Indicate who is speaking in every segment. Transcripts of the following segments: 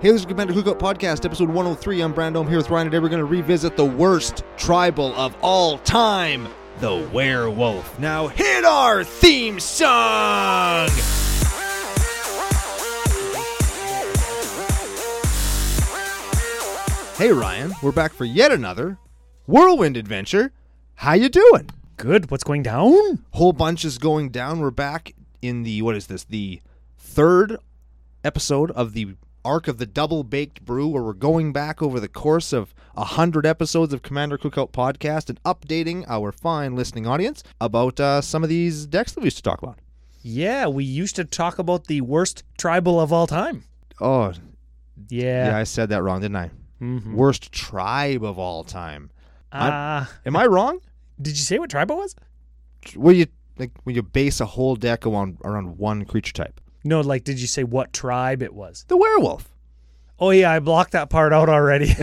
Speaker 1: Hey, this is Commander Hookup Podcast, episode 103. I'm Brandon. I'm here with Ryan. Today we're going to revisit the worst tribal of all time, the werewolf. Now hit our theme song! Hey, Ryan. We're back for yet another whirlwind adventure. How you doing?
Speaker 2: Good. What's going down?
Speaker 1: Whole bunch is going down. We're back in the, what is this, the third episode of the arc of the double baked brew where we're going back over the course of a 100 episodes of commander cookout podcast and updating our fine listening audience about uh, some of these decks that we used to talk about
Speaker 2: Yeah, we used to talk about the worst tribal of all time.
Speaker 1: oh yeah,
Speaker 2: Yeah.
Speaker 1: i said that wrong didn't i
Speaker 2: Mhm.
Speaker 1: worst tribe of all time
Speaker 2: Ah,
Speaker 1: am i wrong
Speaker 2: did you say what tribal was?
Speaker 1: Were you like when you base a whole deck around around one creature type
Speaker 2: No, like did you say what tribe it was?
Speaker 1: the werewolf
Speaker 2: Oh yeah, I blocked that part out already.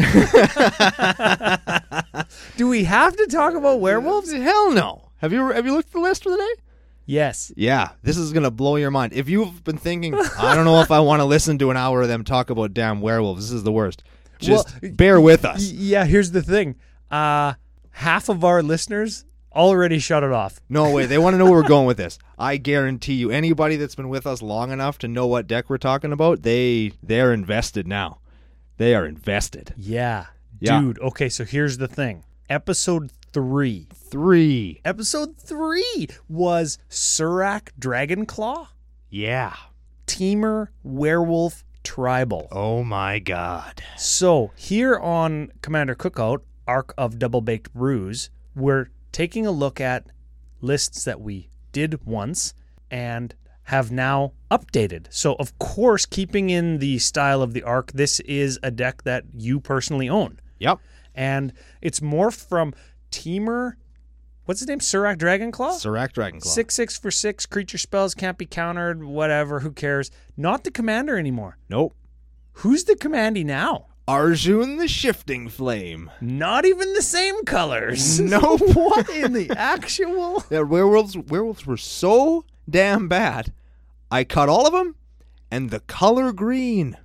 Speaker 2: Do we have to talk about werewolves?
Speaker 1: hell no have you have you looked at the list for the day
Speaker 2: Yes.
Speaker 1: Yeah, this is gonna blow your mind. If you've been thinking, I don't know if I want to listen to an hour of them talk about damn werewolves. This is the worst. Just
Speaker 2: Well,
Speaker 1: bear with
Speaker 2: Y-
Speaker 1: us.
Speaker 2: yeah, here's the thing. Uh half of our listeners already shut it off.
Speaker 1: No way. They want to know where we're going with this. I guarantee you, anybody that's been with us long enough to know what deck we're talking about, they they're invested now. They are invested.
Speaker 2: Yeah.
Speaker 1: Yeah.
Speaker 2: Dude, okay, so here's the thing. Episode 3.
Speaker 1: Three.
Speaker 2: Episode 3 was Surak Dragonclaw,
Speaker 1: Yeah.
Speaker 2: Teamer Werewolf Tribal.
Speaker 1: Oh my god.
Speaker 2: So, here on Commander Cookout, Arc of Double Baked Brews, we're taking a look at lists that we did once and have now updated. So, of course, keeping in the style of the Arc, this is a deck that you personally own.
Speaker 1: Yep.
Speaker 2: And it's morphed from Teamer, what's his name? Surak Dragonclaw?
Speaker 1: Serac Dragonclaw.
Speaker 2: Six six for six creature spells can't be countered. Whatever, who cares? Not the commander anymore.
Speaker 1: Nope.
Speaker 2: Who's the commandy now?
Speaker 1: Arjun the Shifting Flame.
Speaker 2: Not even the same colors.
Speaker 1: Nope.
Speaker 2: what in the actual?
Speaker 1: Yeah, werewolves werewolves were so damn bad. I cut all of them, and the color green.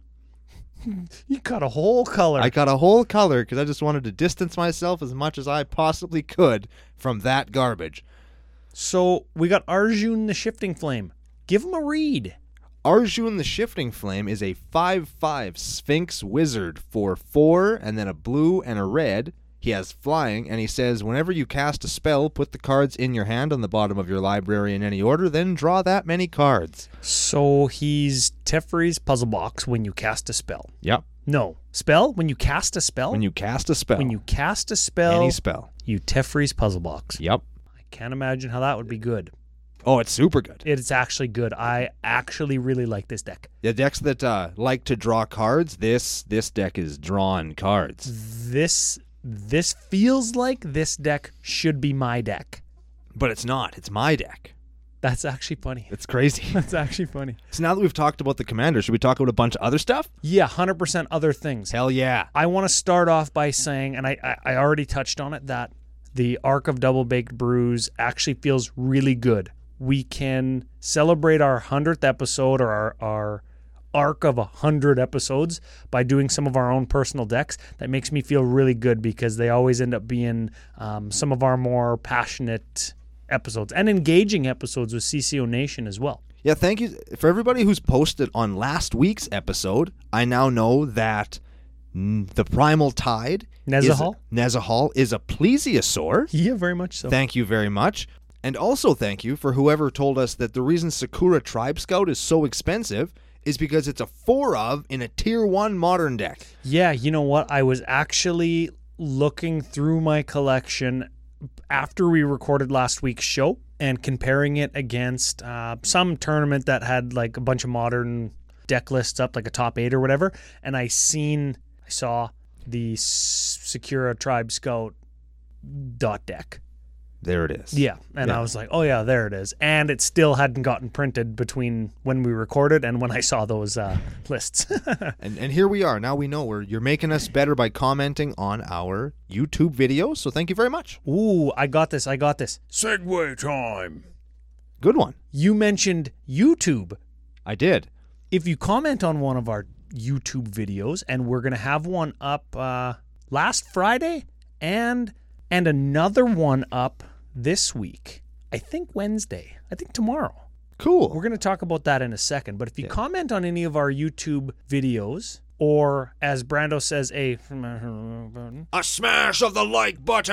Speaker 2: You got a whole color.
Speaker 1: I cut a whole color because I just wanted to distance myself as much as I possibly could from that garbage.
Speaker 2: so we got Arjun the Shifting Flame. Give him a read.
Speaker 1: Arjun the Shifting Flame is a 5 5 Sphinx wizard for 4 and then a blue and a red. He has flying, and he says, Whenever you cast a spell, put the cards in your hand on the bottom of your library in any order, then draw that many cards.
Speaker 2: So he's Teferi's puzzle box when you cast a spell.
Speaker 1: Yep.
Speaker 2: No spell when you cast a spell.
Speaker 1: When you cast a spell,
Speaker 2: When you cast a spell,
Speaker 1: any spell.
Speaker 2: you Teferi's puzzle box.
Speaker 1: Yep.
Speaker 2: I can't imagine how that would be good.
Speaker 1: Oh, it's super good.
Speaker 2: It's actually good. I actually really like this deck.
Speaker 1: The decks that uh, like to draw cards, this this deck is drawn cards.
Speaker 2: This this feels like this deck should be my deck.
Speaker 1: But it's not. It's my deck.
Speaker 2: That's actually funny.
Speaker 1: It's crazy.
Speaker 2: That's actually funny.
Speaker 1: so now that we've talked about the commander, should we talk about a bunch of other stuff?
Speaker 2: Yeah, 100% other things.
Speaker 1: Hell yeah.
Speaker 2: I want to start off by saying, and I, I, I already touched on it, that the arc of Double Baked Brews actually feels really good. We can celebrate our 100th episode or our, our arc of 100 episodes by doing some of our own personal decks. That makes me feel really good because they always end up being um, some of our more passionate episodes and engaging episodes with CCO Nation as well.
Speaker 1: Yeah, thank you for everybody who's posted on last week's episode. I now know that mm, the Primal Tide
Speaker 2: Nezahal?
Speaker 1: is Nezahal is a plesiosaur.
Speaker 2: Yeah, very much so.
Speaker 1: Thank you very much. And also thank you for whoever told us that the reason Sakura Tribe Scout is so expensive is because it's a four of in a tier one modern deck.
Speaker 2: Yeah, you know what? I was actually looking through my collection after we recorded last week's show and comparing it against uh, some tournament that had like a bunch of modern deck lists up, like a top eight or whatever. And I seen, I saw the S- Secura Tribe Scout dot deck.
Speaker 1: There it is.
Speaker 2: Yeah. And I was like, oh, yeah, there it is. And it still hadn't gotten printed between when we recorded and when I saw those uh, lists.
Speaker 1: And and here we are. Now we know where you're making us better by commenting on our YouTube videos. So thank you very much.
Speaker 2: Ooh, I got this. I got this. Segway time.
Speaker 1: Good one.
Speaker 2: You mentioned YouTube.
Speaker 1: I did.
Speaker 2: If you comment on one of our YouTube videos, and we're gonna have one up uh, last Friday and and another one up this week. I think Wednesday. I think tomorrow.
Speaker 1: Cool.
Speaker 2: We're going to talk about that in a second. But if you comment on any of our YouTube videos, or as Brando says, a
Speaker 1: a smash of the like button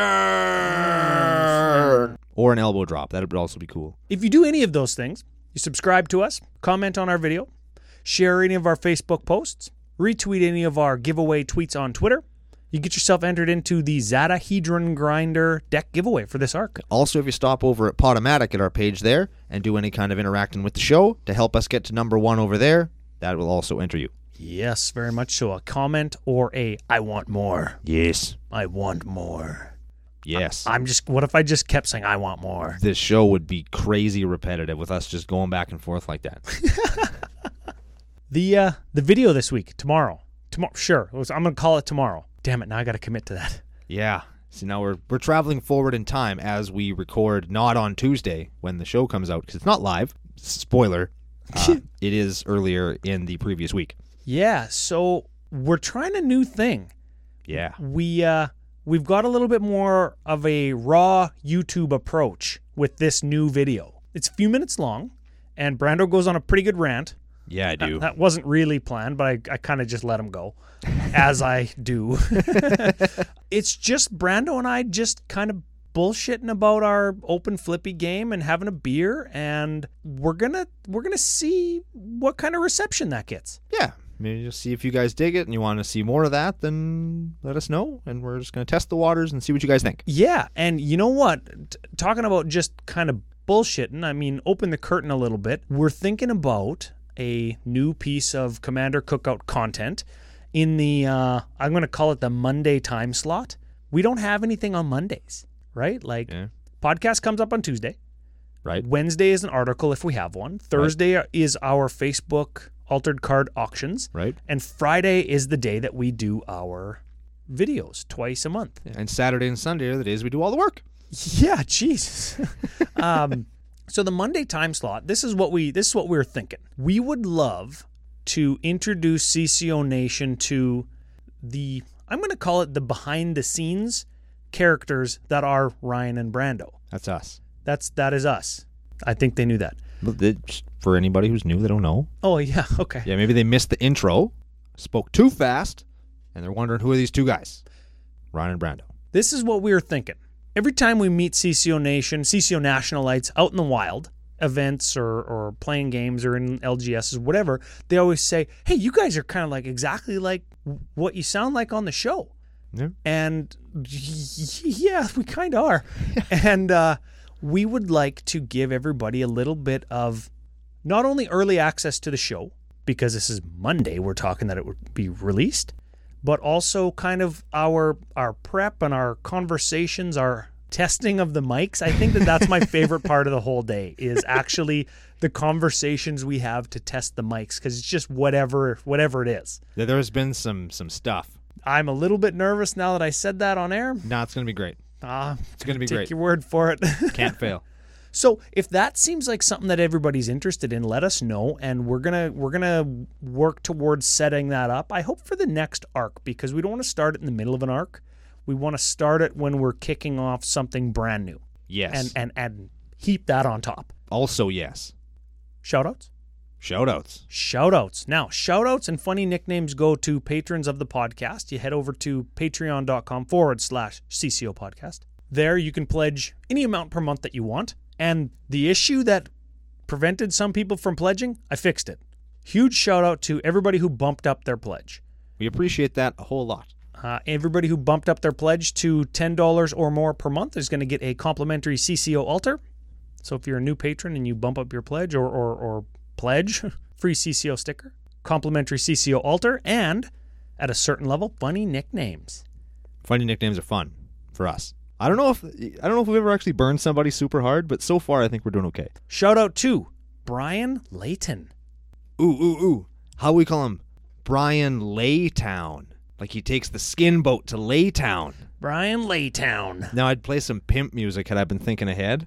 Speaker 1: or an elbow drop. That would also be cool.
Speaker 2: if you do any of those things, you subscribe to us, comment on our video, share any of our Facebook posts, retweet any of our giveaway tweets on Twitter, you get yourself entered into the Zadahedron Grinder deck giveaway for this arc.
Speaker 1: Also, if you stop over at Potomatic at our page there and do any kind of interacting with the show to help us get to number one over there, that will also enter you.
Speaker 2: Yes, very much so. A comment or a I want more.
Speaker 1: Yes.
Speaker 2: I want more.
Speaker 1: Yes.
Speaker 2: I'm just what if I just kept saying I want more?
Speaker 1: this show would be crazy repetitive with us just going back and forth like that.
Speaker 2: The uh the video this week, tomorrow. Tomorrow sure. It was- I'm gonna call it tomorrow. Damn it, now I gotta commit to that.
Speaker 1: yeah. So now we're we're traveling forward in time as we record not on Tuesday when the show comes out because it's not live. Spoiler. Uh, it is earlier in the previous week.
Speaker 2: Yeah, so we're trying a new thing.
Speaker 1: Yeah.
Speaker 2: We uh we've got a little bit more of a raw YouTube approach with this new video. It's a few minutes long, and Brando goes on a pretty good rant.
Speaker 1: Yeah, I do.
Speaker 2: That wasn't really planned, but I, I kind of just let him go, as I do. it's just Brando and I just kind of bullshitting about our open flippy game and having a beer, and we're gonna we're gonna see what kind of reception that gets.
Speaker 1: yeah. Maybe just see if you guys dig it and you want to see more of that, then let us know. And we're just going to test the waters and see what you guys think.
Speaker 2: Yeah, and you know what? T- talking about just kind of bullshitting, I mean, open the curtain a little bit. We're thinking about a new piece of Commander Cookout content in the, uh, I'm going to call it the Monday time slot. We don't have anything on Mondays, right? Like,
Speaker 1: Yeah.
Speaker 2: podcast comes up on Tuesday.
Speaker 1: Right.
Speaker 2: Wednesday is an article if we have one. Thursday is our Facebook altered card auctions.
Speaker 1: Right.
Speaker 2: And Friday is the day that we do our videos twice a month.
Speaker 1: And Saturday and Sunday are the days we do all the work.
Speaker 2: Yeah, Jesus. um, so the Monday time slot. This is what we. This is what we were thinking. We would love to introduce CCO Nation to the. I'm going to call it the behind the scenes characters that are Ryan and Brando.
Speaker 1: That's us.
Speaker 2: That's that is us. I think they knew that.
Speaker 1: But it's- For anybody who's new, they don't know.
Speaker 2: Oh yeah. Okay.
Speaker 1: Yeah, maybe they missed the intro, spoke too fast, and they're wondering who are these two guys? Ryan and Brando.
Speaker 2: This is what we were thinking. Every time we meet CCO Nation, CCO Nationalites out in the wild, events or, or playing games or in LGSs, whatever, they always say, hey, you guys are kind of like exactly like what you sound like on the show.
Speaker 1: Yeah.
Speaker 2: And y- y- yeah, we kind of are. and uh, we would like to give everybody a little bit of not only early access to the show, because this is Monday, we're talking that it would be released, but also kind of our our prep and our conversations, our testing of the mics. I think that that's my favorite part of the whole day is actually the conversations we have to test the mics because it's just whatever whatever it is.
Speaker 1: Yeah, There has been some some stuff.
Speaker 2: I'm a little bit nervous now that I said that on air.
Speaker 1: Nah, it's gonna be great.
Speaker 2: Ah,
Speaker 1: It's gonna be
Speaker 2: take
Speaker 1: great.
Speaker 2: your word for it.
Speaker 1: Can't fail.
Speaker 2: So if that seems like something that everybody's interested in, let us know, and we're gonna we're gonna work towards setting that up. I hope for the next arc because we don't want to start it in the middle of an arc. We want to start it when we're kicking off something brand new,
Speaker 1: Yes.
Speaker 2: and and and heap that on top.
Speaker 1: also yes.
Speaker 2: Shoutouts,
Speaker 1: Shout outs.
Speaker 2: shoutouts. Now shoutouts and funny nicknames go to patrons of the podcast. You head over to patreon.com forward slash CCO podcast. There you can pledge any amount per month that you want. And the issue that prevented some people from pledging, I fixed it. Huge shout out to everybody who bumped up their pledge.
Speaker 1: We appreciate that a whole lot.
Speaker 2: Uh, everybody who bumped up their pledge to $10 or more per month is going to get a complimentary CCO altar. So if you're a new patron and you bump up your pledge or, or, or pledge, free CCO sticker, complimentary CCO altar, and at a certain level, funny nicknames.
Speaker 1: Funny nicknames are fun for us. I don't know if I don't know if we've ever actually burned somebody super hard, but so far I think we're doing okay.
Speaker 2: Shout out to Brian Layton.
Speaker 1: Ooh ooh ooh. How we call him? Brian Laytown. Like he takes the skin boat to Laytown.
Speaker 2: Brian Laytown.
Speaker 1: Now I'd play some pimp music had I been thinking ahead,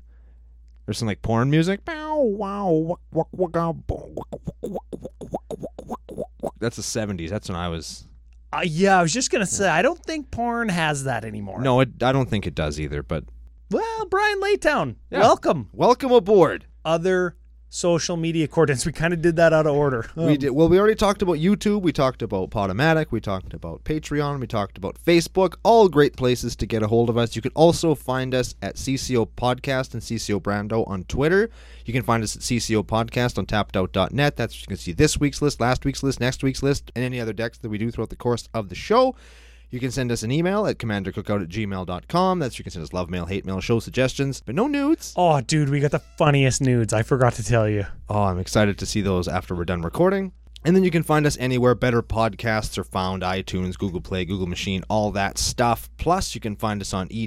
Speaker 1: or some like porn music. Bow, wow, wuk, wuk, wuk, ah, bow, wuk, wuk, wuk, wuk, wuk, wuk, wuk, wuk, wuk, that's the seventies. That's when I was.
Speaker 2: Uh, yeah, I was just gonna say I don't think porn has that anymore.
Speaker 1: No, it, I don't think it does either. But
Speaker 2: Well, Brian Laytown,
Speaker 1: Yeah.
Speaker 2: welcome.
Speaker 1: welcome aboard.
Speaker 2: Other social media coordinates. We kind of did that out of order. Oh,
Speaker 1: we did well. We already talked about YouTube. We talked about Podomatic. We talked about Patreon. We talked about Facebook. All great places to get a hold of us. You can also find us at CCO Podcast and CCO Brando on Twitter. You can find us at CCO Podcast on TappedOut.net. That's where you can see this week's list, last week's list, next week's list, and any other decks that we do throughout the course of the show. You can send us an email at commandercookout at gmail.com. That's where you can send us love mail, hate mail, show suggestions, but no nudes.
Speaker 2: Oh, dude, we got the funniest nudes. I forgot to tell you.
Speaker 1: Oh, I'm excited to see those after we're done recording. And then you can find us anywhere better podcasts are found iTunes, Google Play, Google Machine, all that stuff. Plus, you can find us on E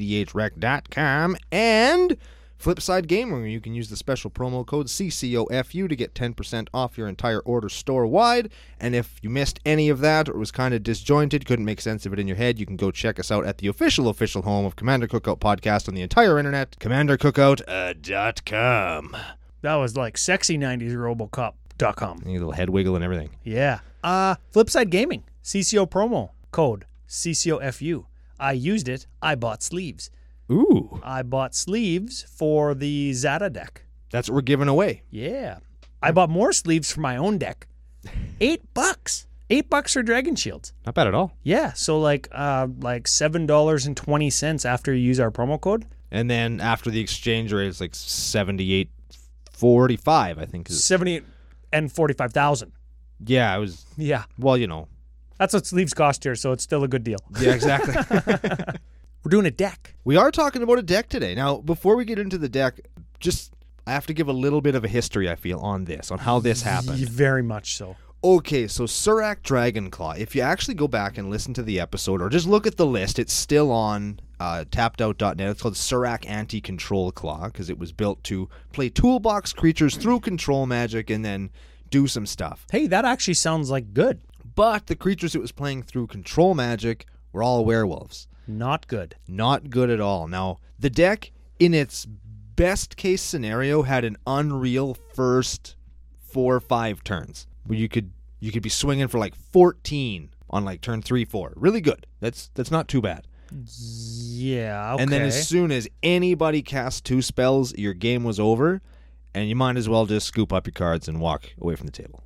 Speaker 1: edhrec.com and Flipside Gaming, where you can use the special promo code CCOFU to get 10% off your entire order store wide. And if you missed any of that or was kind of disjointed, couldn't make sense of it in your head, you can go check us out at the official, official home of Commander Cookout Podcast on the entire internet, uh, commandercookout.com.
Speaker 2: That was like sexy 90s robocop.com.
Speaker 1: Any little head wiggle and everything.
Speaker 2: Yeah. Uh Flipside Gaming, CCO promo code CCOFU. I used it. I bought sleeves.
Speaker 1: Ooh.
Speaker 2: I bought sleeves for the Zata deck.
Speaker 1: That's what we're giving away.
Speaker 2: Yeah. I bought more sleeves for my own deck. 8 bucks. 8 bucks for Dragon Shields.
Speaker 1: Not bad at all.
Speaker 2: Yeah, so like uh like $7.20 after you use our promo code.
Speaker 1: And then after the exchange rate, it's like seventy-eight forty-five. I think. is-
Speaker 2: 78 and 45,000.
Speaker 1: Yeah, it was.
Speaker 2: Yeah.
Speaker 1: Well, you know.
Speaker 2: That's what sleeves cost here, so it's still a good deal.
Speaker 1: Yeah, exactly.
Speaker 2: We're doing a deck.
Speaker 1: we are talking about a deck today. Now, before we get into the deck, just I have to give a little bit of a history. I feel on this, on how this happened.
Speaker 2: Y- Very much so.
Speaker 1: Okay, so Surak Dragonclaw. If you actually go back and listen to the episode, or just look at the list, it's still on uh, tappedout.net. It's called Surak Anti Control Claw because it was built to play toolbox creatures through control magic and then do some stuff.
Speaker 2: Hey, that actually sounds like good.
Speaker 1: But the creatures it was playing through control magic were all werewolves.
Speaker 2: Not good.
Speaker 1: Not good at all. Now, the deck, in its best case scenario, had an unreal first four or five turns where you could you could be swinging for like 14 on like turn three four. Really good. That's that's not too bad.
Speaker 2: Yeah. Okay.
Speaker 1: And then as soon as anybody cast two spells, your game was over, and you might as well just scoop up your cards and walk away from the table.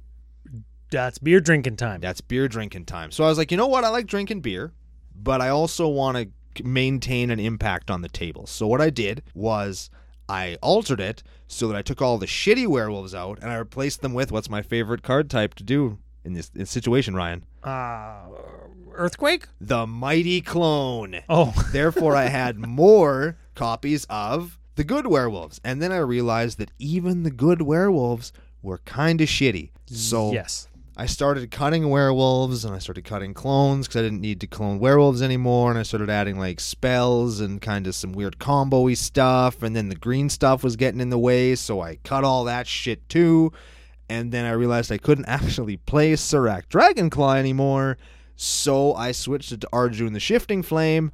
Speaker 2: that's beer drinking time.
Speaker 1: That's beer drinking time. So I was like, you know what? I like drinking beer, but I also want to maintain an impact on the table. So what I did was I altered it so that I took all the shitty werewolves out and I replaced them with what's my favorite card type to do in this, in this situation, Ryan?
Speaker 2: Uh, earthquake?
Speaker 1: The Mighty Clone.
Speaker 2: Oh,
Speaker 1: Therefore, I had more copies of The Good Werewolves. And then I realized that even the good werewolves were kind of shitty. So
Speaker 2: yes.
Speaker 1: I started cutting werewolves and I started cutting clones because I didn't need to clone werewolves anymore. And I started adding like spells and kind of some weird combo y stuff. And then the green stuff was getting in the way. So I cut all that shit too. And then I realized I couldn't actually play Serac Dragonclaw anymore. So I switched it to Arjun the Shifting Flame.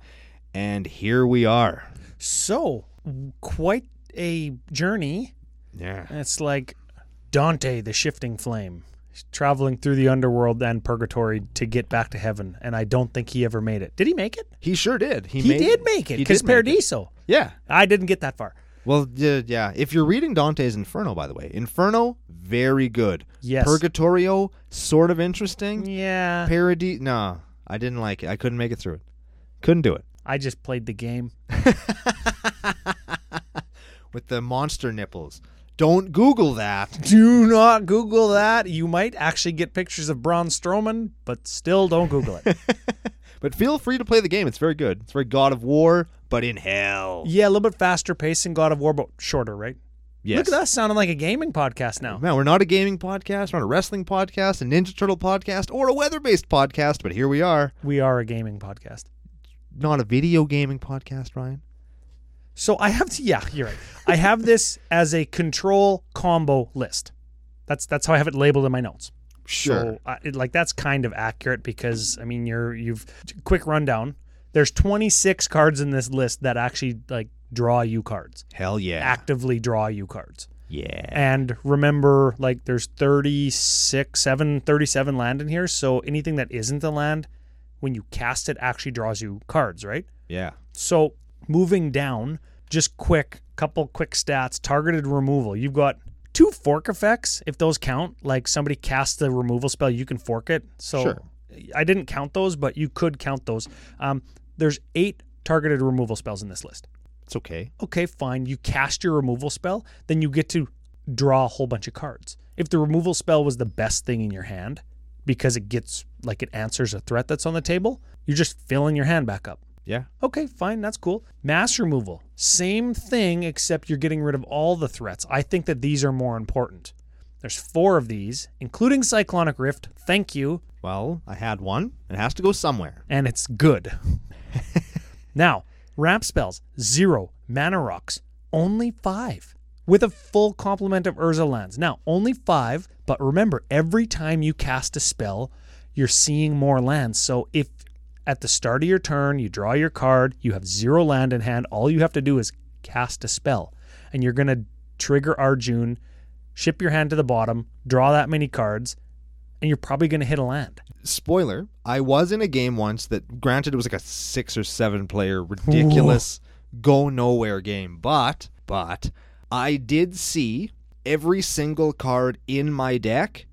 Speaker 1: And here we are.
Speaker 2: So, w- quite a journey.
Speaker 1: Yeah.
Speaker 2: It's like Dante, the shifting flame, He's traveling through the underworld and purgatory to get back to heaven. And I don't think he ever made it. Did he make it?
Speaker 1: He sure did. He,
Speaker 2: He,
Speaker 1: made
Speaker 2: did make it
Speaker 1: He
Speaker 2: because
Speaker 1: did make it.
Speaker 2: Paradiso.
Speaker 1: Yeah.
Speaker 2: I didn't get that far.
Speaker 1: Well, yeah, yeah. If you're reading Dante's Inferno, by the way, Inferno, very good.
Speaker 2: Yes.
Speaker 1: Purgatorio, sort of interesting.
Speaker 2: Yeah.
Speaker 1: Paradi, nah, I didn't like it. I couldn't make it through it. Couldn't do it
Speaker 2: I just played the game.
Speaker 1: with the monster nipples. Don't Google that.
Speaker 2: Do not Google that. You might actually get pictures of Braun Strowman, but still don't Google it.
Speaker 1: But feel free to play the game. It's very good. It's very God of War, but in hell.
Speaker 2: yeah, a little bit faster pace than God of War, but shorter, right?
Speaker 1: Yes. Oh,
Speaker 2: Look at us sounding like a gaming podcast now.
Speaker 1: Man, we're not a gaming podcast, we're not a wrestling podcast, a Ninja Turtle podcast, or a weather based podcast, but here we are.
Speaker 2: We are a gaming podcast.
Speaker 1: Not a video gaming podcast, Ryan.
Speaker 2: So I have to, yeah, you're right. I have this as a control combo list. That's that's how I have it labeled in my notes. So I, it, like that's kind of accurate because I mean you're you've quick rundown. There's 26 cards in this list that actually like draw you cards,
Speaker 1: Hell yeah.
Speaker 2: actively draw you cards.
Speaker 1: Yeah.
Speaker 2: and remember like there's 36 7 37 land in here so anything that isn't a land when you cast it actually draws you cards right
Speaker 1: Yeah.
Speaker 2: so moving down just quick couple quick stats targeted removal you've got two fork effects if those count like somebody casts the removal spell you can fork it so
Speaker 1: Sure.
Speaker 2: i didn't count those but you could count those um, there's eight targeted removal spells in this list
Speaker 1: It's okay.
Speaker 2: okay, fine, you cast your removal spell, then you get to draw a whole bunch of cards. If the removal spell was the best thing in your hand because it gets like it answers a threat that's on the table, you're just filling your hand back up.
Speaker 1: Yeah.
Speaker 2: Okay, fine, that's cool. Mass removal, same thing except you're getting rid of all the threats. I think that these are more important. There's four of these, including Cyclonic Rift. Thank you
Speaker 1: Well, I had one. It has to go somewhere.
Speaker 2: and it's good. now, ramp spells, zero. Mana rocks, only five. With a full complement of Urza lands. Now, only five, but remember, every time you cast a spell, you're seeing more lands. So if at the start of your turn you draw your card, you have zero land in hand, all you have to do is cast a spell. And you're going to trigger Arjun, ship your hand to the bottom, draw that many cards, and you're probably going to hit a land.
Speaker 1: Spoiler, I was in a game once that granted it was like a 6 or 7 player ridiculous go nowhere game, but but I did see every single card in my deck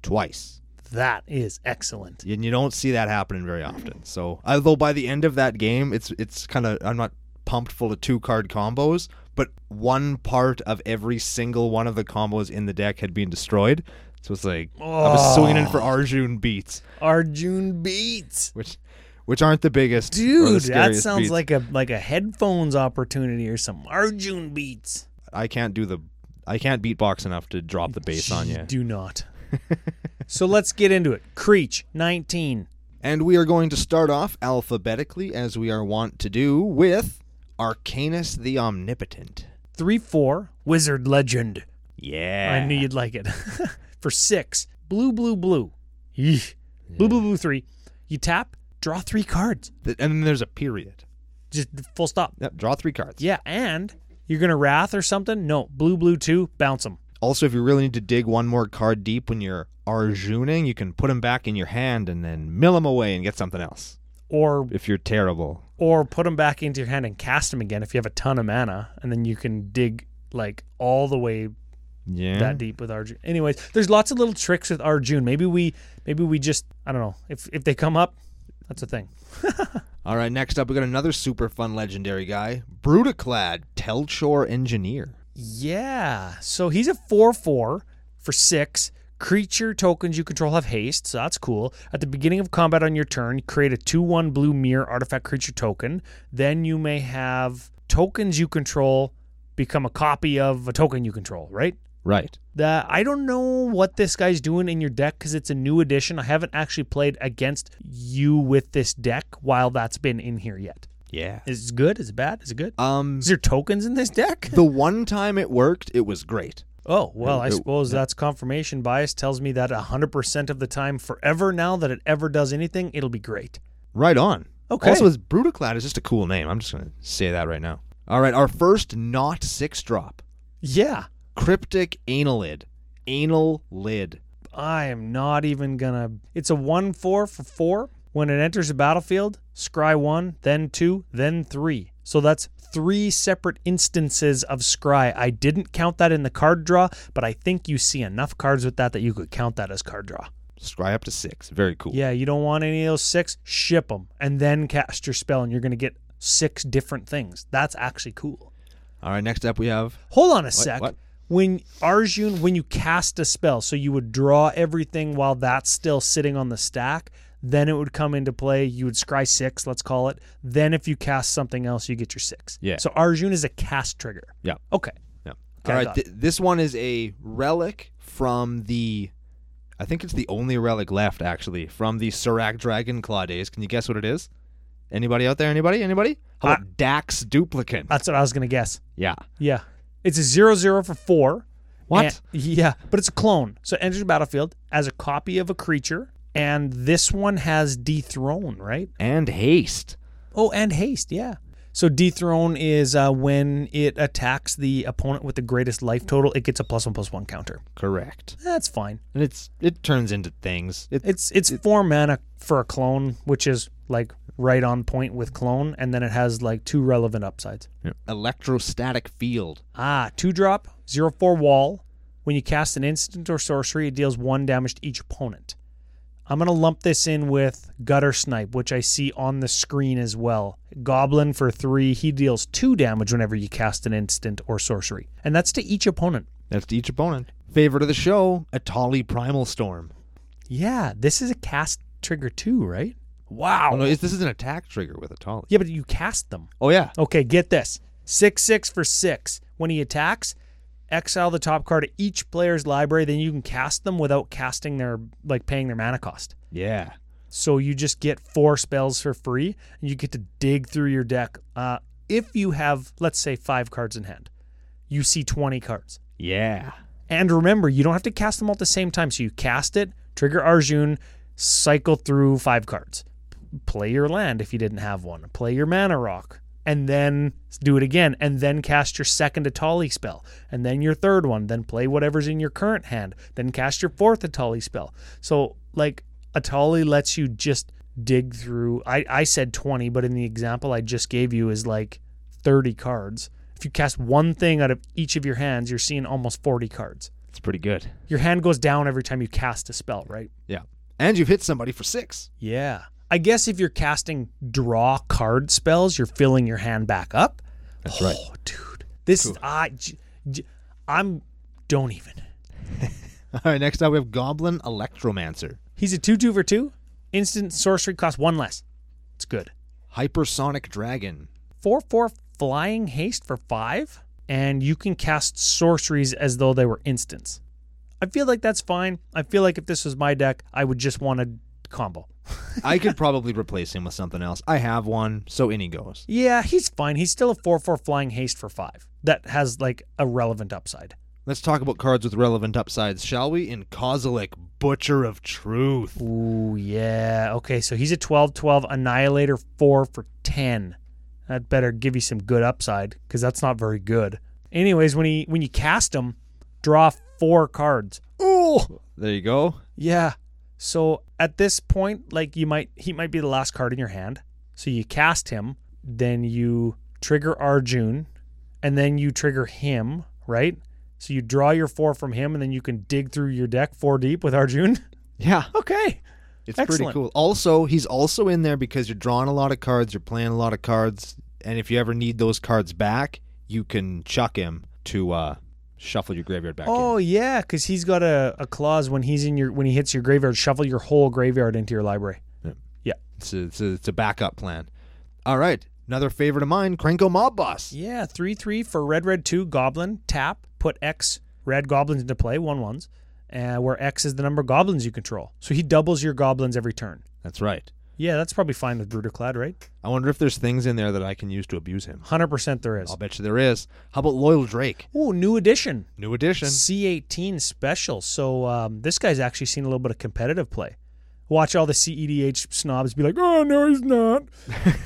Speaker 1: twice.
Speaker 2: That is excellent.
Speaker 1: and you don't see that happening very often. So, although by the end of that game, it's it's kind of I'm not pumped full of two card combos, but one part of every single one of the combos in the deck had been destroyed. So it's like I was swinging
Speaker 2: Oh.
Speaker 1: for Arjun beats,
Speaker 2: Arjun Beats.
Speaker 1: which which aren't the biggest, or the
Speaker 2: Dude, that
Speaker 1: scariest
Speaker 2: sounds
Speaker 1: beats.
Speaker 2: like a like a headphones opportunity or something. Arjun Beats.
Speaker 1: I can't do the I can't beatbox enough to drop the bass on you.
Speaker 2: Do not. so let's get into it. Creech 19.
Speaker 1: And we are going to start off alphabetically as we are wont to do with Arcanus the Omnipotent.
Speaker 2: 3 4 Wizard Legend.
Speaker 1: Yeah.
Speaker 2: I knew you'd like it. For 6, blue blue blue. Yeesh. Blue blue blue 3. You tap, draw 3 cards.
Speaker 1: Th- and then there's a period.
Speaker 2: Just full stop.
Speaker 1: Yep, draw three cards.
Speaker 2: Yeah, and you're going to wrath or something? No, blue blue 2, bounce them.
Speaker 1: Also, if you really need to dig one more card deep when you're Arjuning, you can put them back in your hand and then mill them away and get something else.
Speaker 2: Or
Speaker 1: If you're terrible,
Speaker 2: or put them back into your hand and cast them again if you have a ton of mana, and then you can dig like all the way
Speaker 1: yeah,
Speaker 2: that deep with Arjun. Anyways, there's lots of little tricks with Arjun. Maybe we, maybe we just, I don't know, if if they come up, that's a thing.
Speaker 1: All right, next up, we got another super fun legendary guy, Brutaclad, Telchor Engineer.
Speaker 2: Yeah. So he's a 4 4 for 6. Creature tokens you control have haste, so that's cool. At the beginning of combat on your turn, create a 2 1 blue mirror artifact creature token. Then you may have tokens you control become a copy of a token you control, right?
Speaker 1: Right.
Speaker 2: That I don't know what this guy's doing in your deck because it's a new edition. I haven't actually played against you with this deck while that's been in here yet.
Speaker 1: Yeah.
Speaker 2: Is it good? Is it bad? Is it good?
Speaker 1: Um,
Speaker 2: Is there tokens in this deck?
Speaker 1: the one time it worked, it was great.
Speaker 2: Oh, well, I
Speaker 1: it-
Speaker 2: suppose that's confirmation bias tells me that 100% of the time forever now that it ever does anything, it'll be great.
Speaker 1: Right on.
Speaker 2: Okay.
Speaker 1: Also, his Brutaclad is just a cool name. I'm just gonna say that right now. All right, our first not six drop,
Speaker 2: Yeah.
Speaker 1: Cryptic Analid, Anal Lid.
Speaker 2: I am not even going to. It's a 1 4 for 4. When it enters the battlefield, scry 1, then 2, then 3. So that's three separate instances of scry. I didn't count that in the card draw, but I think you see enough cards with that that you could count that as card draw.
Speaker 1: Scry up to six. Very cool.
Speaker 2: Yeah, you don't want any of those six. Ship them and then cast your spell, and you're going to get six different things. That's actually cool.
Speaker 1: All right, next up we have
Speaker 2: Hold on a sec.
Speaker 1: what?
Speaker 2: When Arjun, when you cast a spell, so you would draw everything while that's still sitting on the stack, then it would come into play. You would scry six, let's call it. Then if you cast something else, you get your six.
Speaker 1: Yeah.
Speaker 2: So Arjun is a cast trigger.
Speaker 1: Yeah.
Speaker 2: Okay.
Speaker 1: yeah.
Speaker 2: Okay, I
Speaker 1: All right,
Speaker 2: got
Speaker 1: th- this one is a relic from the I think it's the only relic left actually from the Serac Dragon Claw days. Can you guess what it is? Anybody out there? Anybody? Anybody? How about Dax Duplicant?
Speaker 2: That's what I was going to guess.
Speaker 1: yeah.
Speaker 2: Yeah. It's a zero zero for four.
Speaker 1: What?
Speaker 2: And- yeah, but it's a clone. So it enters the battlefield as a copy of a creature, and this one has dethrone, right?
Speaker 1: And haste.
Speaker 2: Oh, and haste, yeah. So dethrone is uh, when it attacks the opponent with the greatest life total. It gets a plus one plus one counter.
Speaker 1: Correct.
Speaker 2: That's fine.
Speaker 1: And it's it turns into things. It,
Speaker 2: It's it's four mana for a clone, which is like right on point with clone, and then it has like two relevant upsides.
Speaker 1: electrostatic field.
Speaker 2: Ah, two drop, zero four wall. When you cast an instant or sorcery, it deals one damage to each opponent. I'm gonna lump this in with Gutter Snipe, which I see on the screen as well. Goblin for three, he deals two damage whenever you cast an instant or sorcery, and that's to each opponent.
Speaker 1: That's to each opponent. Favorite of the show, Atali Primal Storm.
Speaker 2: Yeah, this is a cast trigger too, right? Wow.
Speaker 1: Oh no, it's, this is an attack trigger with Atali.
Speaker 2: yeah, but you cast them.
Speaker 1: Oh yeah.
Speaker 2: Okay, get this. Six six for six. When he attacks, exile the top card of each player's library, then you can cast them without casting their like paying their mana cost.
Speaker 1: Yeah.
Speaker 2: So you just get four spells for free, and you get to dig through your deck. Uh, if you have, let's say, five cards in hand, you see twenty cards.
Speaker 1: Yeah.
Speaker 2: And remember, you don't have to cast them all at the same time. So you cast it, trigger Arjun, cycle through five cards. P- Play your land if you didn't have one. Play your mana rock. And then do it again. And then cast your second Atali spell. And then your third one. Then play whatever's in your current hand. Then cast your fourth Atali spell. So, like, Atali lets you just dig through. I, I said 20, but in the example I just gave you is like 30 cards. If you cast one thing out of each of your hands, you're seeing almost 40 cards.
Speaker 1: It's pretty good.
Speaker 2: Your hand goes down every time you cast a spell, right?
Speaker 1: Yeah. And you've hit somebody for six.
Speaker 2: Yeah. I guess if you're casting draw card spells, you're filling your hand back up. That's
Speaker 1: right.
Speaker 2: Oh, dude. This is I j- j- I'm don't even.
Speaker 1: All right, next up we have Goblin Electromancer.
Speaker 2: He's a 2/2 for 2. Instant sorcery cost 1 less. It's good.
Speaker 1: Hypersonic Dragon.
Speaker 2: 4 4 flying haste for 5, and you can cast sorceries as though they were instants. I feel like that's fine. I feel like if this was my deck, I would just want a combo.
Speaker 1: I could probably replace him with something else. I have one, so in he goes.
Speaker 2: Yeah, he's fine. He's still a 4 4 flying haste for 5. That has like a relevant upside.
Speaker 1: Let's talk about cards with relevant upsides, shall we? In Kozilek, Butcher of Truth.
Speaker 2: Ooh, yeah. Okay, so he's a 12 12 Annihilator 4 for 10. That better give you some good upside because that's not very good. Anyways, when he when you cast him, draw four cards.
Speaker 1: Ooh! There you go.
Speaker 2: Yeah. So at this point, like you might, he might be the last card in your hand. So you cast him, then you trigger Arjun, and then you trigger him, right? So you draw your four from him, and then you can dig through your deck four deep with Arjun.
Speaker 1: Yeah.
Speaker 2: Okay.
Speaker 1: It's
Speaker 2: Excellent.
Speaker 1: pretty cool. Also, he's also in there because you're drawing a lot of cards, you're playing a lot of cards, and if you ever need those cards back, you can chuck him to uh, shuffle your graveyard back in.
Speaker 2: Oh yeah, because he's got a, a clause when he's in your when he hits your graveyard, shuffle your whole graveyard into your library.
Speaker 1: It's a, it's, a, it's a backup plan. All right. Another favorite of mine, Krenko Mob Boss.
Speaker 2: Yeah, three three for red red two goblin tap put X red goblins into play one ones, uh, where X is the number of goblins you control. So he doubles your goblins every turn.
Speaker 1: That's right.
Speaker 2: Yeah, that's probably fine with Bruticlad, right?
Speaker 1: I wonder if there's things in there that I can use to abuse him.
Speaker 2: Hundred percent there is.
Speaker 1: I'll bet you there is. How about Loyal Drake?
Speaker 2: Oh, new addition
Speaker 1: New edition.
Speaker 2: C eighteen special. So um, this guy's actually seen a little bit of competitive play. Watch all the CEDH snobs be like, "Oh no, he's not."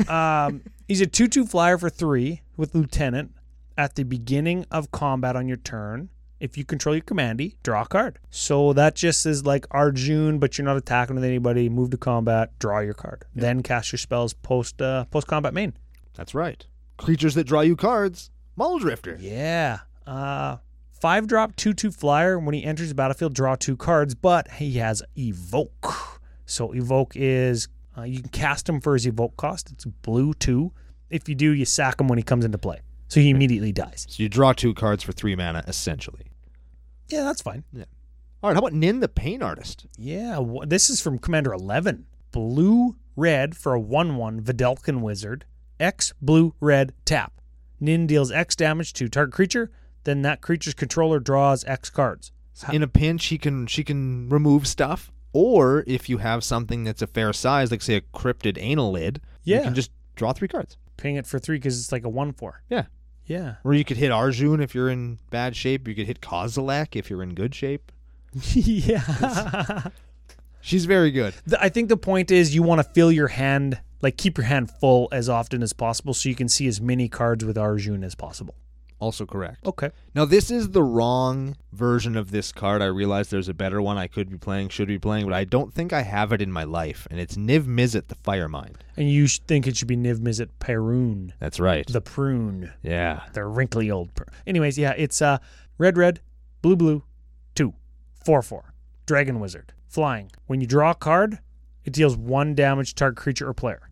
Speaker 2: um, he's a two-two flyer for three with lieutenant. At the beginning of combat on your turn, if you control your commandy, draw a card. So that just is like Arjun, but you're not attacking with anybody. Move to combat, draw your card, then cast your spells post uh, post combat main.
Speaker 1: That's right. Creatures that draw you cards. Mole Drifter.
Speaker 2: Yeah. Uh, five drop, two two flyer. When he enters the battlefield, draw two cards, but he has evoke. So evoke is uh, you can cast him for his evoke cost. It's blue two. If you do, you sack him when he comes into play, so he immediately dies.
Speaker 1: So you draw two cards for three mana, essentially.
Speaker 2: Yeah, that's fine.
Speaker 1: All right. How about Nin the Paint Artist?
Speaker 2: Yeah, wh- this is from Commander 11. Blue, red for a 1 1 Videlkin Wizard. X, blue, red, tap. Nin deals X damage to target creature, then that creature's controller draws X cards. Ha-
Speaker 1: In a pinch, he can she can remove stuff. Or if you have something that's a fair size, like say a cryptid anal lid,
Speaker 2: Yeah.
Speaker 1: you can just draw three cards.
Speaker 2: Ping it for 3 because it's like a 1 4.
Speaker 1: Yeah.
Speaker 2: Yeah.
Speaker 1: Or you could hit Arjun if you're in bad shape. You could hit Kozilek if you're in good shape.
Speaker 2: yeah.
Speaker 1: She's very good.
Speaker 2: The- I think the point is you want to fill your hand like keep your hand full as often as possible so you can see as many cards with Arjun as possible.
Speaker 1: Also correct.
Speaker 2: Okay.
Speaker 1: Now this is the wrong version of this card. I realize there's a better one I could be playing, should be playing, but I don't think I have it in my life. And it's Niv Mizzet, the Fire Mind.
Speaker 2: And you sh- think it should be Niv Mizzet Perun,
Speaker 1: That's right.
Speaker 2: the prune,
Speaker 1: yeah.
Speaker 2: the Ah, wrinkly old prune. Anyways, yeah, it's uh, red, red, blue, blue, two, four, four. Dragon Wizard, flying. When you draw a card, it deals one damage to target creature or player.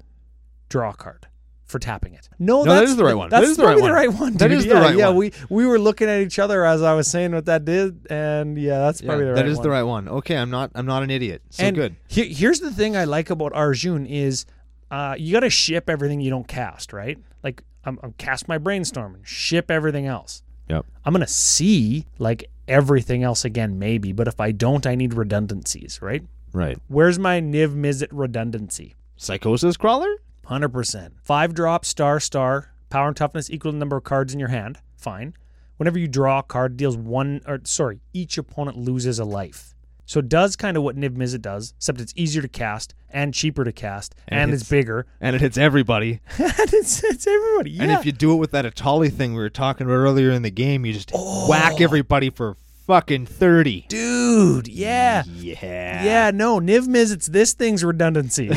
Speaker 2: Draw a card for tapping it.
Speaker 1: No,
Speaker 2: No,
Speaker 1: that
Speaker 2: that's
Speaker 1: is the right one. That
Speaker 2: That's
Speaker 1: is the right
Speaker 2: probably
Speaker 1: one.
Speaker 2: the right one.
Speaker 1: That
Speaker 2: dude.
Speaker 1: is the
Speaker 2: yeah,
Speaker 1: right
Speaker 2: yeah,
Speaker 1: one.
Speaker 2: we we were looking at each other as I was saying what that did, and yeah, that's probably
Speaker 1: Yeah,
Speaker 2: the right
Speaker 1: that is
Speaker 2: one
Speaker 1: the right one. Okay, I'm not I'm not an idiot. So
Speaker 2: and
Speaker 1: good.
Speaker 2: he- here's the thing I like about Arjun is uh, you got to ship everything you don't cast, right? Like I'm, I'm cast my brainstorm and ship everything else.
Speaker 1: Yep.
Speaker 2: I'm gonna see like everything else again, maybe. But if I don't, I need redundancies, right?
Speaker 1: Right.
Speaker 2: Where's my Niv Mizzet redundancy?
Speaker 1: Psychosis crawler?
Speaker 2: Hundred percent. Five drop star star power and toughness equal to the number of cards in your hand. Fine. Whenever you draw a card, deals one or sorry, each opponent loses a life. So it does kind of what Niv Mizzet does, except it's easier to cast and cheaper to cast,
Speaker 1: And
Speaker 2: and,
Speaker 1: it
Speaker 2: it's
Speaker 1: hits-
Speaker 2: bigger,
Speaker 1: And it hits everybody.
Speaker 2: and it's, it's everybody. Yeah.
Speaker 1: And if you do it with that Atali thing we were talking about earlier in the game, you just whack everybody for fucking 30.
Speaker 2: dude, yeah.
Speaker 1: Yeah.
Speaker 2: Yeah, no, Niv Miz, it's this thing's redundancy.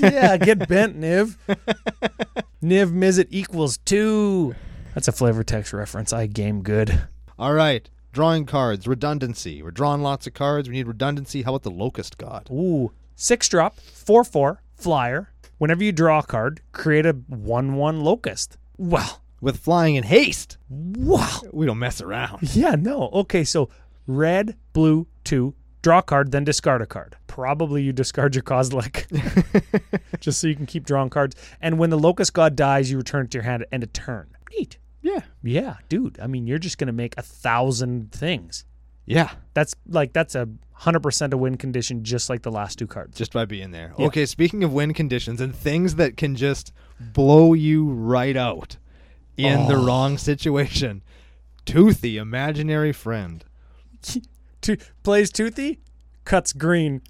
Speaker 2: yeah, get bent, Niv. Niv Mizzet equals two. That's a flavor text reference. I game good.
Speaker 1: All right. Drawing cards, redundancy. We're drawing lots of cards. We need redundancy. How about the locust god?
Speaker 2: Ooh. Six drop, four four, flyer. Whenever you draw a card, create a one one locust. Wow.
Speaker 1: With flying and haste.
Speaker 2: Wow.
Speaker 1: We don't mess around.
Speaker 2: Yeah, no. Okay, so red, blue, two, draw a card, then discard a card. Probably you discard your Kozlik. just so you can keep drawing cards. And when the locust god dies, you return it to your hand at end of turn. Neat.
Speaker 1: Yeah.
Speaker 2: Yeah, dude. I mean, you're just gonna make a thousand things.
Speaker 1: Yeah.
Speaker 2: That's like that's a hundred percent a win condition, just like the last two cards.
Speaker 1: Just by being there. Okay, speaking of wind conditions and things that can just blow you right out in the wrong situation. Toothy, imaginary friend.
Speaker 2: to, plays toothy, cuts green.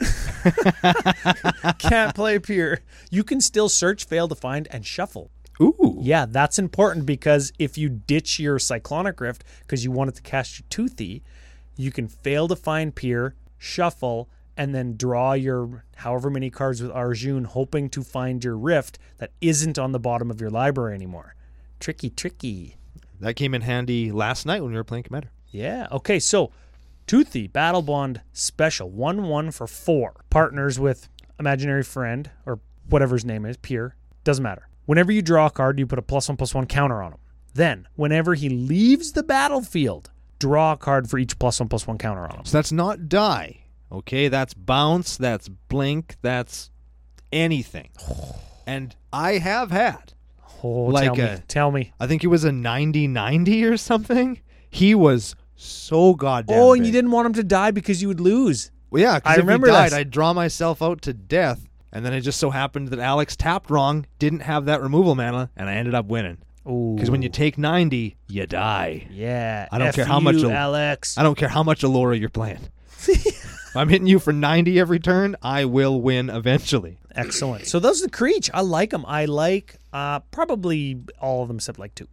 Speaker 2: Can't play pure. You can still search, fail to find, and shuffle.
Speaker 1: Ooh.
Speaker 2: Yeah, that's important because if you ditch your cyclonic rift because you wanted to cast your toothy, you can fail to find peer, shuffle, and then draw your however many cards with Arjun, hoping to find your rift that isn't on the bottom of your library anymore. Tricky, tricky.
Speaker 1: That came in handy last night when we were playing Commander.
Speaker 2: Yeah. Okay. So, Toothy Battle Bond Special one one for four partners with imaginary friend or whatever his name is, peer doesn't matter. Whenever you draw a card, you put a plus one plus one counter on him. Then, whenever he leaves the battlefield, draw a card for each plus one plus one counter on him.
Speaker 1: So that's not die. Okay, that's bounce, that's blink, that's anything. And I have had,
Speaker 2: Oh,
Speaker 1: Like
Speaker 2: tell me,
Speaker 1: a-
Speaker 2: tell me.
Speaker 1: I think it was a 90 90 or something. He was so goddamn.
Speaker 2: Oh, and you
Speaker 1: big.
Speaker 2: didn't want him to die because you would lose.
Speaker 1: Well, yeah, 'cause
Speaker 2: I
Speaker 1: if he
Speaker 2: remember
Speaker 1: died,
Speaker 2: this.
Speaker 1: I'd draw myself out to death. And then it just so happened that Alex tapped wrong, didn't have that removal mana, and I ended up winning.
Speaker 2: Oh,
Speaker 1: Because when you take 90, you die.
Speaker 2: yeah,
Speaker 1: I don't
Speaker 2: F
Speaker 1: care how much
Speaker 2: you,
Speaker 1: you'll-
Speaker 2: Alex.
Speaker 1: I don't care how much Allura you're playing. if I'm hitting you for 90 every turn, I will win eventually.
Speaker 2: Excellent. So those are the Creech. I like them. I like uh, probably all of them except like two.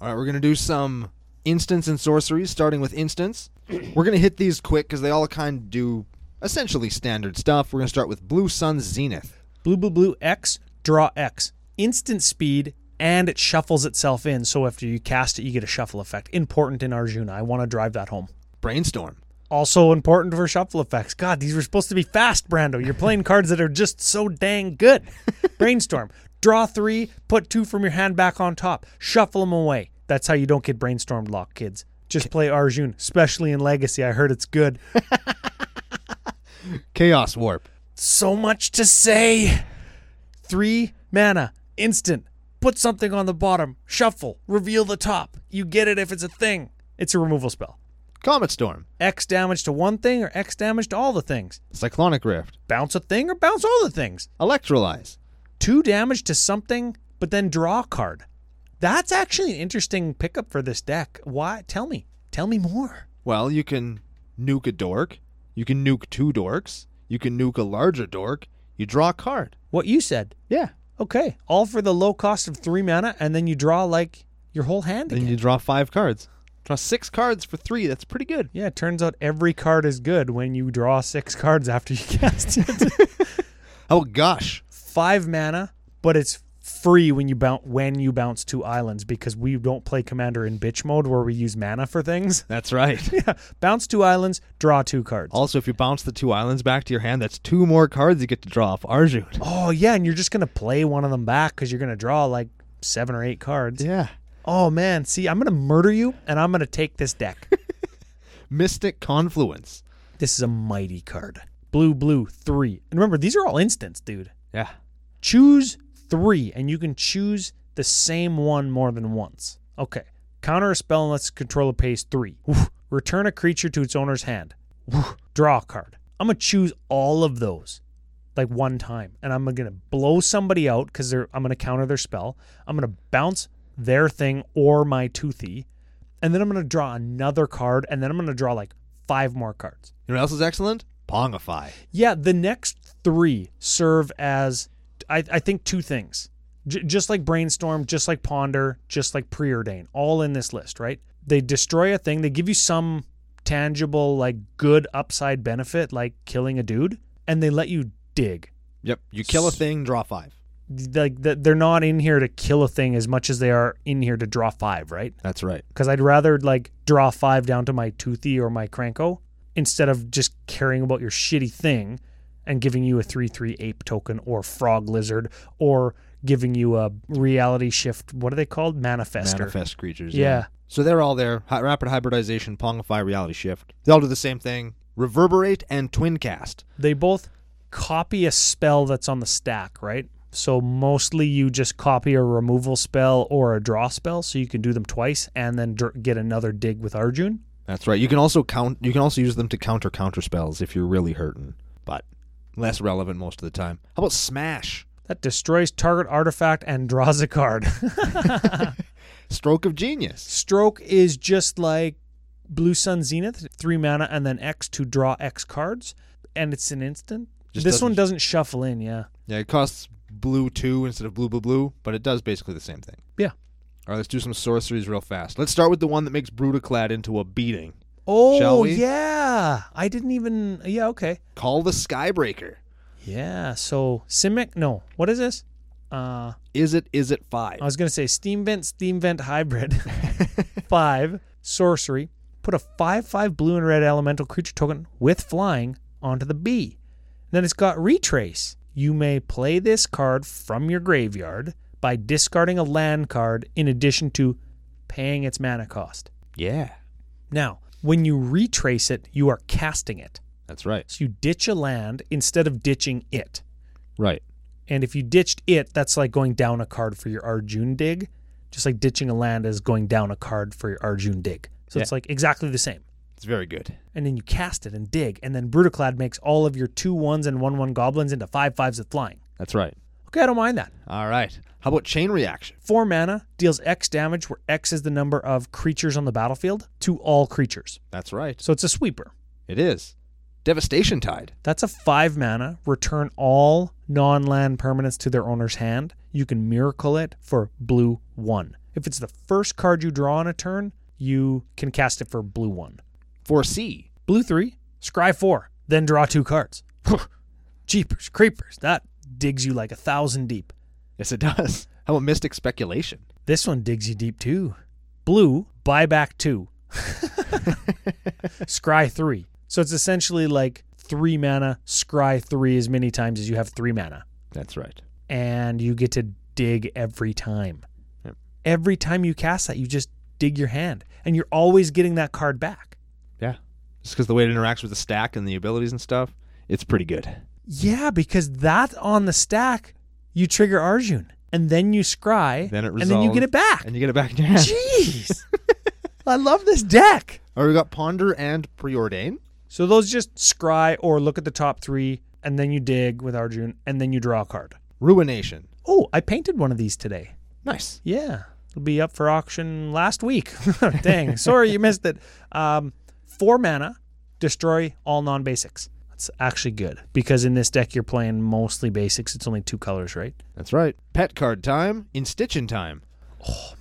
Speaker 1: All right, we're going to do some instants and sorceries, starting with instants. We're going to hit these quick because they all kind of do essentially standard stuff. We're going to start with Blue Sun Zenith.
Speaker 2: Blue blue blue X draw X instant speed and it shuffles itself in. So after you cast it, you get a shuffle effect. Important in Arjuna. I want to drive that home.
Speaker 1: Brainstorm.
Speaker 2: Also important for shuffle effects. God, these were supposed to be fast, Brando. You're playing cards that are just so dang good. Brainstorm. Draw three, put two from your hand back on top, shuffle them away. That's how you don't get brainstormed lock, kids. Just play Arjun, especially in Legacy. I heard it's good.
Speaker 1: Chaos Warp.
Speaker 2: so much to say. Three mana, instant. Put something on the bottom, shuffle, reveal the top. You get it if it's a thing. It's a removal spell.
Speaker 1: Comet Storm.
Speaker 2: X damage to one thing or X damage to all the things.
Speaker 1: Cyclonic Rift.
Speaker 2: Bounce a thing or bounce all the things.
Speaker 1: Electrolyze.
Speaker 2: Two damage to something, but then draw a card. That's actually an interesting pickup for this deck. Why? Tell me. Tell me more.
Speaker 1: Well, you can nuke a dork. You can nuke two dorks. You can nuke a larger dork. You draw a card.
Speaker 2: What you said.
Speaker 1: Yeah.
Speaker 2: Okay. All for the low cost of three mana, and then you draw like your whole hand
Speaker 1: Then
Speaker 2: again.
Speaker 1: you draw five cards. Draw six cards for three. That's pretty good.
Speaker 2: yeah, it turns out every card is good when you draw six cards after you cast it.
Speaker 1: Oh gosh.
Speaker 2: Five mana, but it's free when you bounce when you bounce two islands because we don't play commander in bitch mode where we use mana for things.
Speaker 1: That's right.
Speaker 2: Yeah. Bounce two islands, draw two cards.
Speaker 1: also, if you bounce the two islands back to your hand, that's two more cards you get to draw off Arjun.
Speaker 2: Oh yeah, and you're just gonna play one of them back because you're gonna draw like seven or eight cards.
Speaker 1: Yeah.
Speaker 2: Oh man, see, I'm gonna murder you, and I'm gonna take this deck.
Speaker 1: Mystic Confluence.
Speaker 2: this is a mighty card. Blue, blue, three. And remember, these are all instants, dude.
Speaker 1: Yeah.
Speaker 2: Choose three, and you can choose the same one more than once. Okay. Counter a spell and lets controller pays three. Woof. Return a creature to its owner's hand. Woof. Draw a card. I'm gonna choose all of those, like one time, and I'm gonna blow somebody out because they're. I'm gonna counter their spell. I'm gonna bounce their thing or my toothy, and then I'm gonna draw another card, and then I'm gonna draw like five more cards.
Speaker 1: You know what else is excellent? Pongify.
Speaker 2: Yeah, the next three serve as, I, I think, two things. J- just like brainstorm, just like ponder, just like preordain, all in this list, right? They destroy a thing. They give you some tangible, like good upside benefit, like killing a dude, and they let you dig.
Speaker 1: Yep. You kill a thing, draw five.
Speaker 2: Like th- they're not in here to kill a thing as much as they are in here to draw five, right?
Speaker 1: That's right.
Speaker 2: because I'd rather like draw five down to my toothy or my cranko instead of just caring about your shitty thing and giving you a three three ape token or frog lizard or giving you a reality shift. What are they called? Manifester.
Speaker 1: Manifest creatures.
Speaker 2: Yeah.
Speaker 1: So they're all there. Hi- rapid hybridization, Pongify, reality shift. They all do the same thing. Reverberate and twin cast.
Speaker 2: They both copy a spell that's on the stack, right? So mostly you just copy a removal spell or a draw spell, so you can do them twice and then dr- get another dig with Arjun.
Speaker 1: That's right. You can also count. You can also use them to counter counter spells if you're really hurting, but less relevant most of the time. How about smash?
Speaker 2: That destroys target artifact and draws a card.
Speaker 1: Stroke of genius.
Speaker 2: Stroke is just like Blue Sun Zenith, three mana and then X to draw X cards, and it's an instant.
Speaker 1: Just
Speaker 2: this
Speaker 1: doesn't-
Speaker 2: one doesn't shuffle in, yeah.
Speaker 1: Yeah, it costs blue two instead of blue blue blue, but it does basically the same thing.
Speaker 2: Yeah.
Speaker 1: All right, let's do some sorceries real fast. Let's start with the one that makes Brutaclad into a beating. Shall
Speaker 2: Oh
Speaker 1: we?
Speaker 2: yeah. I didn't even yeah, okay.
Speaker 1: Call the Skybreaker.
Speaker 2: Yeah, so Simic no. What is this? Uh
Speaker 1: Is it? Is it five?
Speaker 2: I was gonna say Steam Vent, Steam Vent Hybrid. five sorcery. Put a five five blue and red elemental creature token with flying onto the B. Then it's got retrace. You may play this card from your graveyard by discarding a land card in addition to paying its mana cost.
Speaker 1: yeah.
Speaker 2: Now, when you retrace it, you are casting it.
Speaker 1: That's right.
Speaker 2: So you ditch a land instead of ditching it.
Speaker 1: Right.
Speaker 2: And if you ditched it, that's like going down a card for your Arjun dig. Just like ditching a land is going down a card for your Arjun dig. So it's like exactly the same.
Speaker 1: It's very good.
Speaker 2: And then you cast it and dig. And then Brutaclad makes all of your two ones and one one goblins into five fives with flying.
Speaker 1: That's right.
Speaker 2: Okay, I don't mind that.
Speaker 1: All right. How about chain reaction?
Speaker 2: Four mana deals X damage, where X is the number of creatures on the battlefield to all creatures.
Speaker 1: That's right.
Speaker 2: So it's a sweeper.
Speaker 1: It is. Devastation Tide.
Speaker 2: That's a five mana. Return all non land permanents to their owner's hand. You can miracle it for blue one. If it's the first card you draw on a turn, you can cast it for blue one.
Speaker 1: 4C.
Speaker 2: Blue three, scry four, then draw two cards. Jeepers, creepers. That digs you like a thousand deep.
Speaker 1: Yes, it does. How about Mystic Speculation?
Speaker 2: This one digs you deep too. Blue, buyback two. scry three. So it's essentially like three mana, scry three as many times as you have three mana.
Speaker 1: That's right.
Speaker 2: and you get to dig every time.
Speaker 1: Yep.
Speaker 2: Every time you cast that, you just dig your hand, and you're always getting that card back.
Speaker 1: Yeah. Just because the way it interacts with the stack and the abilities and stuff, it's pretty good.
Speaker 2: Yeah, because that on the stack, you trigger Arjun, and then you scry,
Speaker 1: Then it
Speaker 2: and then you
Speaker 1: resolves,
Speaker 2: get it back.
Speaker 1: And you get it back in your hand.
Speaker 2: Jeez, I love this deck.
Speaker 1: All right, we got Ponder and Preordain.
Speaker 2: So those just scry or look at the top three, and then you dig with Arjun, and then you draw a card.
Speaker 1: Ruination.
Speaker 2: Oh, I painted one of these today.
Speaker 1: Nice.
Speaker 2: Yeah, it'll be up for auction last week. Dang, sorry you missed it. Um, four mana, destroy all non-basics. that's actually good because in this deck you're playing mostly basics. It's only two colors, right?
Speaker 1: That's right. Pet card time, in stitching time.
Speaker 2: Oh,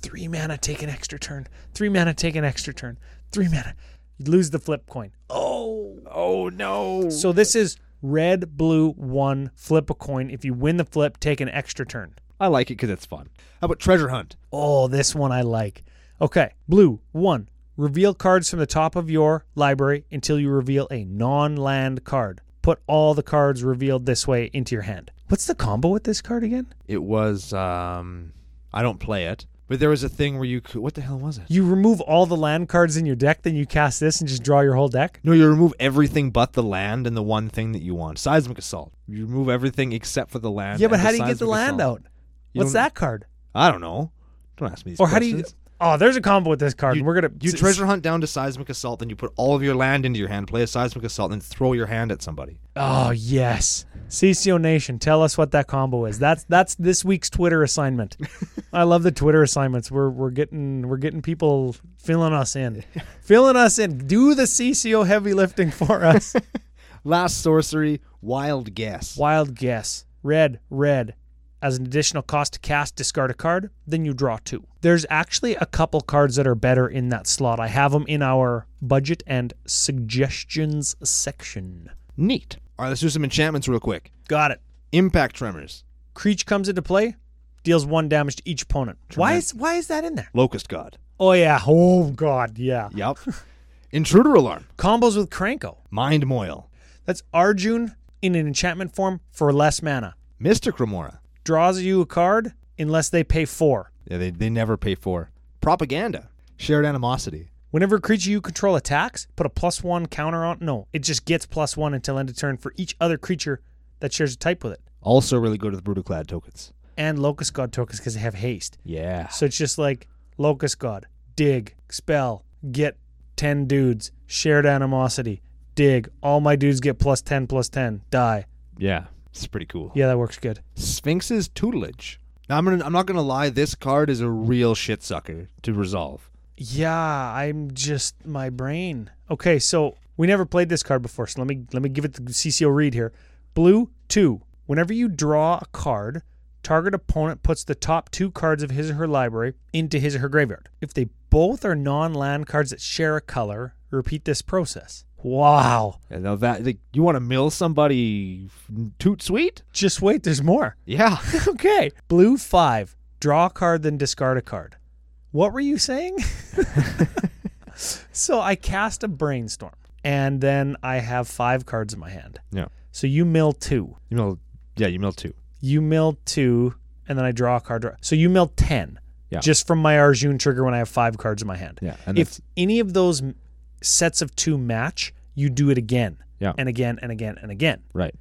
Speaker 2: Three mana, take an extra turn. Three mana, take an extra turn. Three mana, you lose the flip coin.
Speaker 1: Oh, oh no.
Speaker 2: So this is red, blue, one, flip a coin. If you win the flip, take an extra turn.
Speaker 1: I like it because it's fun. How about treasure hunt?
Speaker 2: Oh, this one I like. Okay, blue, one. Reveal cards from the top of your library until you reveal a non land card. Put all the cards revealed this way into your hand. What's the combo with this card again?
Speaker 1: It was um, I don't play it, but there was a thing where you could. What the hell was it?
Speaker 2: You remove all the land cards in your deck, then you cast this and just draw your whole deck?
Speaker 1: No, you remove everything but the land and the one thing that you want. Seismic assault. You remove everything except for the land.
Speaker 2: yeah, but
Speaker 1: and
Speaker 2: how
Speaker 1: the
Speaker 2: do you get the
Speaker 1: seismic
Speaker 2: land
Speaker 1: assault.
Speaker 2: out?
Speaker 1: You
Speaker 2: What's
Speaker 1: don't-
Speaker 2: that card?
Speaker 1: I don't know. Don't ask me these
Speaker 2: Or how do
Speaker 1: questions.
Speaker 2: you. Oh, there's a combo with this card.
Speaker 1: You-
Speaker 2: and We're gonna
Speaker 1: You
Speaker 2: s-
Speaker 1: treasure hunt down to seismic assault, then you put all of your land into your hand, play a seismic assault, and then throw your hand at somebody.
Speaker 2: Oh yes, CCO Nation, tell us what that combo is. That's that's this week's Twitter assignment. I love the Twitter assignments. We're we're getting we're getting people filling us in, filling us in. Do the CCO heavy lifting for us.
Speaker 1: Last sorcery, wild guess.
Speaker 2: Wild guess, red red. As an additional cost to cast, discard a card, then you draw two. There's actually a couple cards that are better in that slot. I have them in our budget and suggestions section.
Speaker 1: Neat. All right, let's do some enchantments real quick.
Speaker 2: Got it.
Speaker 1: Impact tremors,
Speaker 2: Creech comes into play, deals one damage to each opponent. Why
Speaker 1: Tremen-
Speaker 2: is why is that in there?
Speaker 1: locust god.
Speaker 2: Oh yeah. Oh god, yeah.
Speaker 1: Yup. Intruder alarm,
Speaker 2: Combos with Cranko.
Speaker 1: mind moil,
Speaker 2: That's Arjun in an enchantment form for less mana.
Speaker 1: Mystic Remora.
Speaker 2: Draws you a card unless they pay four.
Speaker 1: Yeah, they, they never pay for propaganda, shared animosity.
Speaker 2: Whenever a creature you control attacks, put a plus one counter on. No, it just gets plus one until end of turn for each other creature that shares a type with it.
Speaker 1: Also, really good with Brutoclad tokens.
Speaker 2: And Locust God tokens because they have haste.
Speaker 1: Yeah.
Speaker 2: So it's just like Locust God, dig, spell, get 10 dudes, shared animosity, dig, all my dudes get plus 10, plus 10, die.
Speaker 1: Yeah. It's pretty cool.
Speaker 2: Yeah, that works good.
Speaker 1: Sphinx's tutelage. Now, I'm gonna, I'm not gonna lie. This card is a real shit sucker to resolve.
Speaker 2: Yeah, I'm just my brain. Okay, so we never played this card before, so let me let me give it the CCO read here. Blue two. Whenever you draw a card, target opponent puts the top two cards of his or her library into his or her graveyard. If they both are non-land cards that share a color, repeat this process. Wow.
Speaker 1: And now that like, you want to mill somebody toot sweet?
Speaker 2: Just wait, there's more.
Speaker 1: Yeah.
Speaker 2: okay. Blue five. Draw a card, then discard a card. What were you saying? so I cast a brainstorm, and then I have five cards in my hand.
Speaker 1: Yeah.
Speaker 2: So you mill two.
Speaker 1: You mill. Yeah, you mill two.
Speaker 2: You mill two, and then I draw a card. Draw- So you mill ten.
Speaker 1: Yeah.
Speaker 2: Just from my Arjun trigger when I have five cards in my hand.
Speaker 1: Yeah, and
Speaker 2: if
Speaker 1: that's-
Speaker 2: any of those m- sets of two match, you do it again.
Speaker 1: Yeah.
Speaker 2: And again and again and again.
Speaker 1: Right.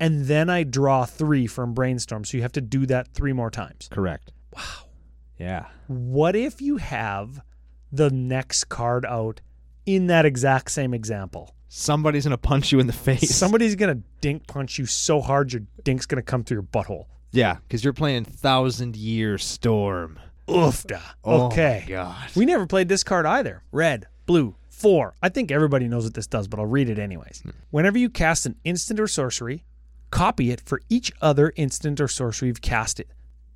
Speaker 2: And then I draw three from brainstorm. So you have to do that three more times.
Speaker 1: Correct. Wow. Yeah.
Speaker 2: what if you have the next card out in that exact same example?
Speaker 1: Somebody's gonna punch you in the face.
Speaker 2: Somebody's gonna dink punch you so hard your dink's gonna come through your butthole.
Speaker 1: yeah, because you're playing Thousand Year Storm.
Speaker 2: Oofda.
Speaker 1: Oh,
Speaker 2: okay.
Speaker 1: my God.
Speaker 2: We never played this card either. Red, blue, four. I think everybody knows what this does, but I'll read it anyways. Whenever you cast an instant or sorcery, copy it for each other instant or sorcery you've cast it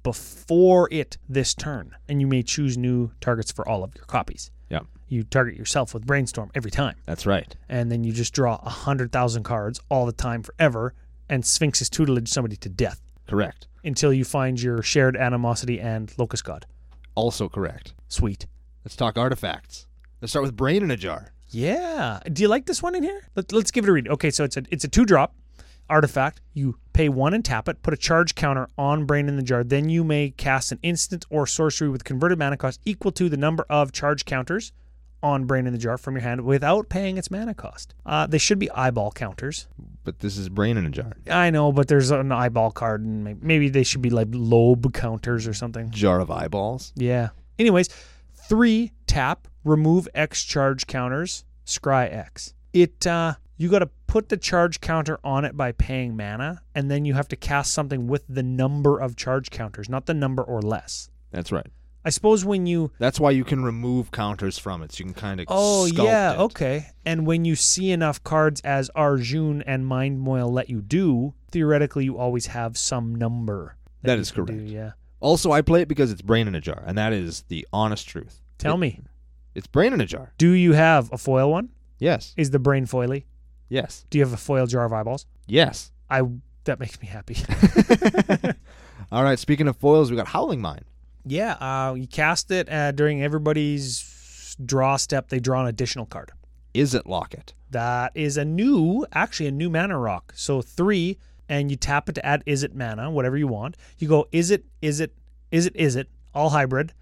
Speaker 2: before it this turn, and you may choose new targets for all of your copies.
Speaker 1: Yeah.
Speaker 2: You target yourself with brainstorm every time.
Speaker 1: That's right.
Speaker 2: and then you just draw a 100,000 cards all the time forever and Sphinx's tutelage somebody to death
Speaker 1: Correct.
Speaker 2: until you find your shared animosity and locust god.
Speaker 1: Also correct.
Speaker 2: Sweet.
Speaker 1: Let's talk artifacts. Let's start with Brain in a Jar.
Speaker 2: Yeah. Do you like this one in here? Let, let's give it a read. Okay, so it's a it's a two drop artifact. You pay one and tap it, put a charge counter on Brain in the Jar. Then you may cast an instant or sorcery with converted mana cost equal to the number of charge counters on Brain in the Jar from your hand without paying its mana cost. Uh, they should be eyeball counters.
Speaker 1: But this is Brain in a Jar.
Speaker 2: I know, but there's an eyeball card, and may- maybe they should be like lobe counters or something.
Speaker 1: Jar of eyeballs.
Speaker 2: Yeah. Anyways, three tap, remove X charge counters, scry X. It uh you gotta put the charge counter on it by paying mana, and then you have to cast something with the number of charge counters, not the number or less.
Speaker 1: That's right.
Speaker 2: I suppose when you
Speaker 1: That's why you can remove counters from it. So you can kind of
Speaker 2: Oh yeah,
Speaker 1: it.
Speaker 2: okay. And when you see enough cards as Arjun and Mind Moil let you do, theoretically you always have some number.
Speaker 1: That
Speaker 2: you
Speaker 1: is
Speaker 2: can do,
Speaker 1: correct.
Speaker 2: yeah.
Speaker 1: Also, I play it because it's brain in a jar, and that is the honest truth.
Speaker 2: Tell
Speaker 1: It-
Speaker 2: me,
Speaker 1: it's brain in a jar.
Speaker 2: do you have a foil one?
Speaker 1: Yes,
Speaker 2: Is the brain foily?
Speaker 1: yes,
Speaker 2: Do you have a foil jar of eyeballs?
Speaker 1: yes.
Speaker 2: I that makes me happy.
Speaker 1: All right. Speaking of foils, we got Howling Mine.
Speaker 2: yeah, uh, you cast it uh, during everybody's draw step. They draw an additional card.
Speaker 1: Is it Locket?
Speaker 2: That is a new, actually a new mana rock. So three, and you tap it to add is it mana, whatever you want. You go is it, is it, is it, is it, all hybrid,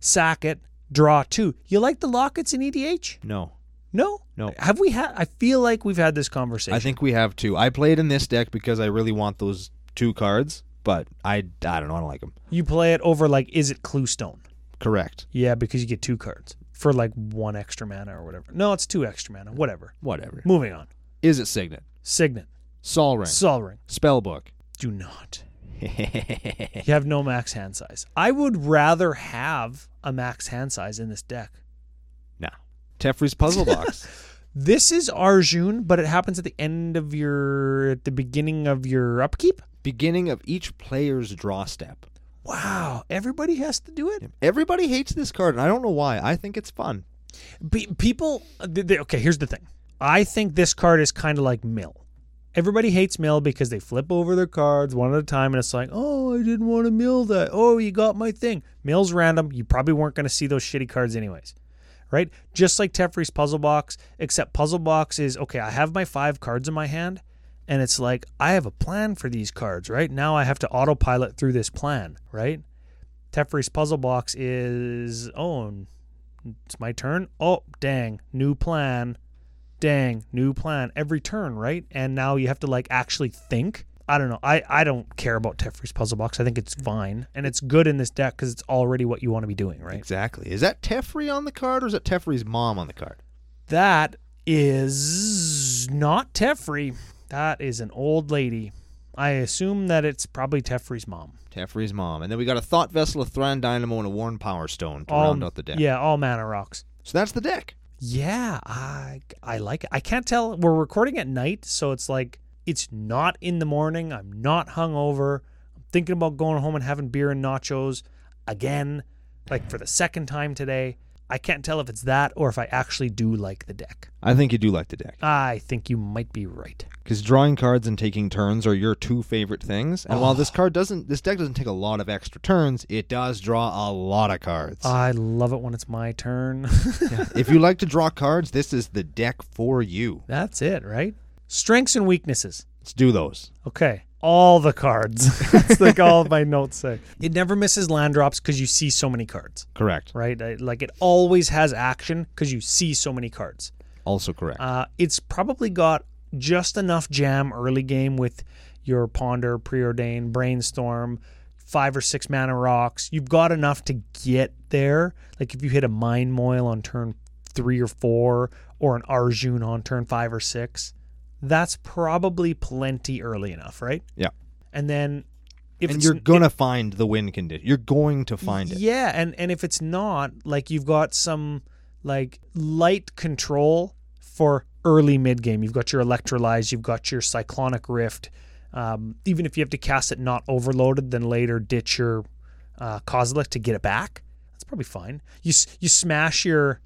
Speaker 2: sack it, draw two. You like the lockets in EDH?
Speaker 1: No,
Speaker 2: No,
Speaker 1: No.
Speaker 2: Have we had? I feel like we've had this conversation.
Speaker 1: I think we have two. I played in this deck because I really want those two cards, but I I don't know. I don't like them.
Speaker 2: you play it over like is it Cluestone?
Speaker 1: Correct.
Speaker 2: Yeah, because you get two cards for like one extra mana or whatever. No, it's two extra mana, whatever.
Speaker 1: Whatever.
Speaker 2: Moving on.
Speaker 1: Is it Signet?
Speaker 2: Signet,
Speaker 1: Sol Ring.
Speaker 2: Sol Ring.
Speaker 1: Spellbook.
Speaker 2: Do not. You have no max hand size. I would rather have a max hand size in this deck.
Speaker 1: nah. Tefri's Puzzle Box.
Speaker 2: This is Arjun, but it happens at the end of your, at the beginning of your upkeep.
Speaker 1: Beginning of each player's draw step.
Speaker 2: Wow, everybody has to do it.
Speaker 1: Everybody hates this card, and I don't know why. I think it's fun.
Speaker 2: Pe- people, they, they- okay, here's the thing. I think this card is kind of like Mill. Everybody hates Mill because they flip over their cards one at a time, and it's like, oh, I didn't want to mill that. Oh, you got my thing. Mill's random. You probably weren't going to see those shitty cards anyways. right? Just like Teferi's puzzle box, except puzzle box is okay, I have my five cards in my hand, and it's like I have a plan for these cards, right? Now I have to autopilot through this plan, right? Teferi's puzzle box is oh n- it's my turn. Oh, dang, new plan. Dang, new plan every turn, right? And now you have to like actually think. I don't know. I, I don't care about Teferi's puzzle box. I think it's fine and it's good in this deck because it's already what you want to be doing, right?
Speaker 1: Exactly. Is that Tefri on the card, or is that Tefri's mom on the card?
Speaker 2: That is not Tefri. That is an old lady. I assume that it's probably Tefri's mom.
Speaker 1: Tefri's mom. And then we got a Thought Vessel, a Thran Dynamo, and a Warren Power Stone to
Speaker 2: All-
Speaker 1: round out the deck.
Speaker 2: Um, Yeah, all mana rocks.
Speaker 1: So that's the deck.
Speaker 2: Yeah, I I like it. I can't tell. We're recording at night, so it's like it's not in the morning. I'm not hungover. I'm thinking about going home and having beer and nachos again, like for the second time today. I can't tell if it's that or if I actually do like the deck.
Speaker 1: I think you do like the deck.
Speaker 2: I think you might be right.
Speaker 1: Because drawing cards and taking turns are your two favorite things. And while this card doesn't, this deck doesn't take a lot of extra turns, it does draw a lot of cards.
Speaker 2: I love it when it's my turn.
Speaker 1: if you like to draw cards, this is the deck for you.
Speaker 2: That's it, right? Strengths and weaknesses.
Speaker 1: Let's do those.
Speaker 2: Okay. All the cards. That's like all my notes say. It never misses land drops because you see so many cards,
Speaker 1: Correct.
Speaker 2: right? I- Like it always has action because you see so many cards.
Speaker 1: Also correct.
Speaker 2: Uh, it's probably got just enough jam early game with your ponder, preordain, brainstorm, five or six mana rocks. You've got enough to get there. Like if you hit a mind moil on turn three or four, or an Arjun on turn five or six, that's probably plenty early enough, right?
Speaker 1: yeah.
Speaker 2: And then if
Speaker 1: And
Speaker 2: it's
Speaker 1: you're gonna find the win condition. You're going to find it.
Speaker 2: yeah, and and if it's not, like you've got some like light control for early mid game. You've got your electrolyze, you've got your cyclonic rift. Um, even if you have to cast it not overloaded, then later ditch your uh, Kozilek to get it back. That's probably fine. You s- you smash your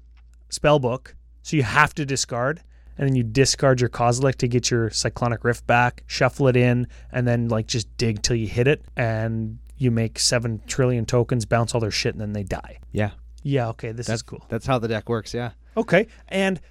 Speaker 2: spell book, so you have to discard, and then you discard your Kozilek to get your Cyclonic Rift back, shuffle it in, and then like just dig till you hit it, and you make seven trillion tokens, bounce all their shit, and then they die.
Speaker 1: Yeah.
Speaker 2: Yeah, okay, this is cool.
Speaker 1: That's how the deck works. Yeah.
Speaker 2: Okay, and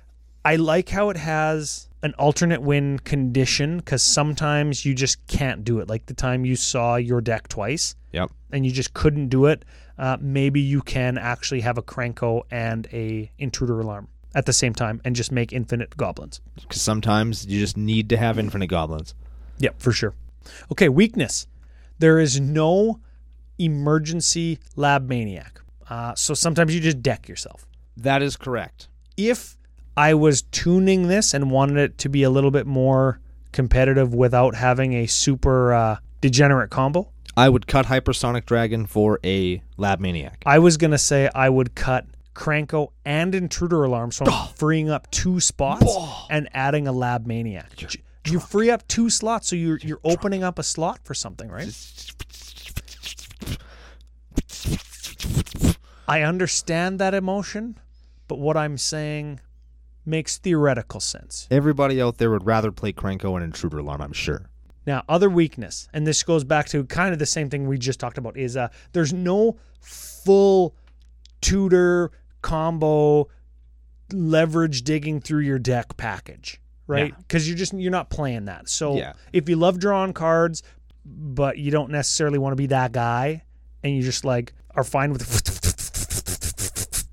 Speaker 2: I like how it has an alternate win condition because sometimes you just can't do it. Like the time you saw your deck twice,
Speaker 1: Yep.
Speaker 2: and you just couldn't do it, uh, maybe you can actually have a Cranko and a intruder alarm at the same time and just make infinite goblins.
Speaker 1: Because sometimes you just need to have infinite goblins.
Speaker 2: Yep, for sure. Okay, weakness. There is no emergency lab maniac. Uh, so sometimes you just deck yourself.
Speaker 1: That is correct.
Speaker 2: if I was tuning this and wanted it to be a little bit more competitive without having a super uh, degenerate combo,
Speaker 1: I would cut Hypersonic Dragon for a Lab Maniac.
Speaker 2: I was gonna say I would cut Cranko and Intruder Alarm, so I'm freeing up two spots
Speaker 1: Bah.
Speaker 2: and adding a Lab Maniac. J- You free up two slots, so you're you're opening up a slot for something, right? I understand that emotion, but what I'm saying makes theoretical sense.
Speaker 1: Everybody out there would rather play Cranko and Intruder Alarm, I'm sure.
Speaker 2: Now, other weakness, and this goes back to kind of the same thing we just talked about, is uh, there's no full tutor combo leverage digging through your deck package, right? Because you're just you're not playing that. So
Speaker 1: Yeah.
Speaker 2: if you love drawing cards, but you don't necessarily want to be that guy, and you just like are fine with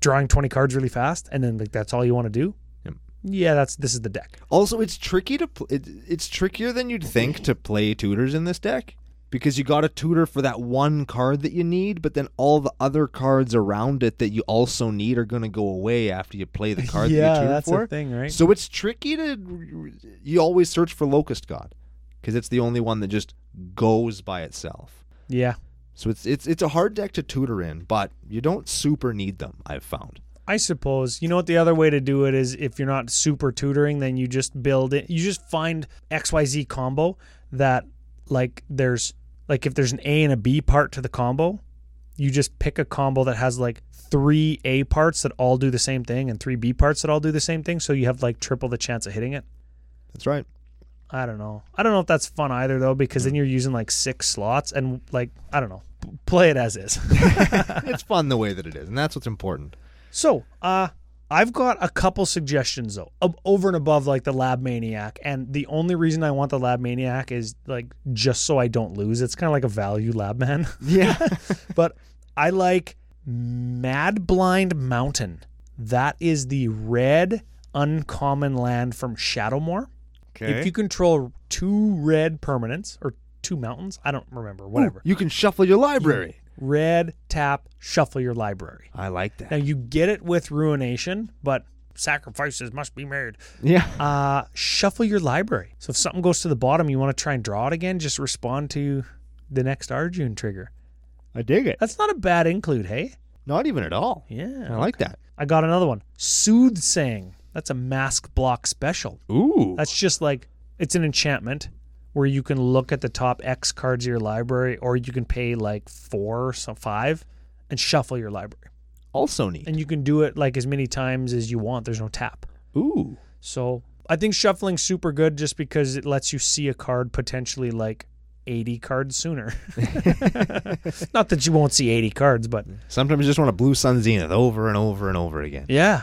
Speaker 2: drawing 20 cards really fast, and then like that's all you want to do.
Speaker 1: Yep.
Speaker 2: Yeah, that's this is the deck.
Speaker 1: Also, it's tricky to pl- it, it's trickier than you'd think to play tutors in this deck because you got a tutor for that one card that you need, but then all the other cards around it that you also need are going to go away after you play the card that you
Speaker 2: yeah,
Speaker 1: tutor
Speaker 2: that's
Speaker 1: for.
Speaker 2: the thing, right?
Speaker 1: So it's tricky to you always search for Locust God because it's the only one that just goes by itself.
Speaker 2: Yeah.
Speaker 1: So it's it's it's a hard deck to tutor in, but you don't super need them. I've found.
Speaker 2: I suppose. You know what the other way to do it is if you're not super tutoring, then you just build it. You just find XYZ combo that like there's like if there's an A and a B part to the combo, you just pick a combo that has like three A parts that all do the same thing and three B parts that all do the same thing, so you have like triple the chance of hitting it.
Speaker 1: That's right.
Speaker 2: I don't know. I don't know if that's fun either though, because then you're using like six slots and like I don't know. P- Play it as is.
Speaker 1: it's fun the way that it is, and that's what's important.
Speaker 2: So, uh, I've got a couple suggestions though, ob- over and above like the Lab Maniac, and the only reason I want the Lab Maniac is like just so I don't lose. It's kind of like a value Lab Man,
Speaker 1: Yeah.
Speaker 2: but I like Mad Blind Mountain. That is the red uncommon land from Shadowmoor. If you control two red permanents or two mountains, I don't remember, whatever.
Speaker 1: You can shuffle your library.
Speaker 2: Red tap, shuffle your library.
Speaker 1: I like
Speaker 2: Now
Speaker 1: that.
Speaker 2: you get it with ruination, but sacrifices must be made.
Speaker 1: Yeah.
Speaker 2: Uh, shuffle your library. So if something goes to the bottom, you want to try and draw it again. Just respond to the next Arjun trigger.
Speaker 1: I dig it.
Speaker 2: That's not a bad include, hey?
Speaker 1: Not even at all. I
Speaker 2: Yeah.
Speaker 1: like that.
Speaker 2: I got another one. Soothsaying. That's a mask block special.
Speaker 1: Ooh.
Speaker 2: That's just like it's an enchantment where you can look at the top X cards of your library, or you can pay like four, so five, and shuffle your library.
Speaker 1: also neat.
Speaker 2: And you can do it like as many times as you want. There's no tap.
Speaker 1: Ooh.
Speaker 2: So I think shuffling's super good just because it lets you see a card potentially like 80 cards sooner. Not that you won't see 80 cards, but
Speaker 1: Sometimes you just want a blue sun zenith over and over and over again.
Speaker 2: yeah.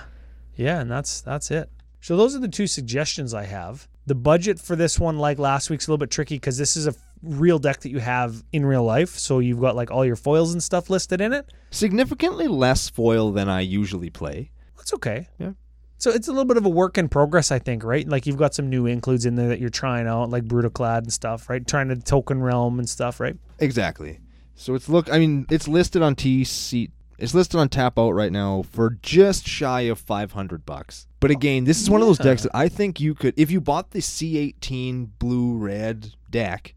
Speaker 2: Yeah, and that's that's it. So those are the two suggestions I have. The budget for this one like last week's a little bit tricky cuz this is a real deck that you have in real life, so you've got like all your foils and stuff listed in it.
Speaker 1: Significantly less foil than I usually play.
Speaker 2: That's okay.
Speaker 1: Yeah.
Speaker 2: So it's a little bit of a work in progress, I think, right? Like you've got some new includes in there that you're trying out, like Brutoclad and stuff, right? Trying to Token Realm and stuff, right?
Speaker 1: Exactly. So it's look. I mean, it's listed on TC. It's listed on Tap Out right now for just shy of five hundred bucks. But again, this is one of those decks that I think you could, if you bought the C18 blue red deck,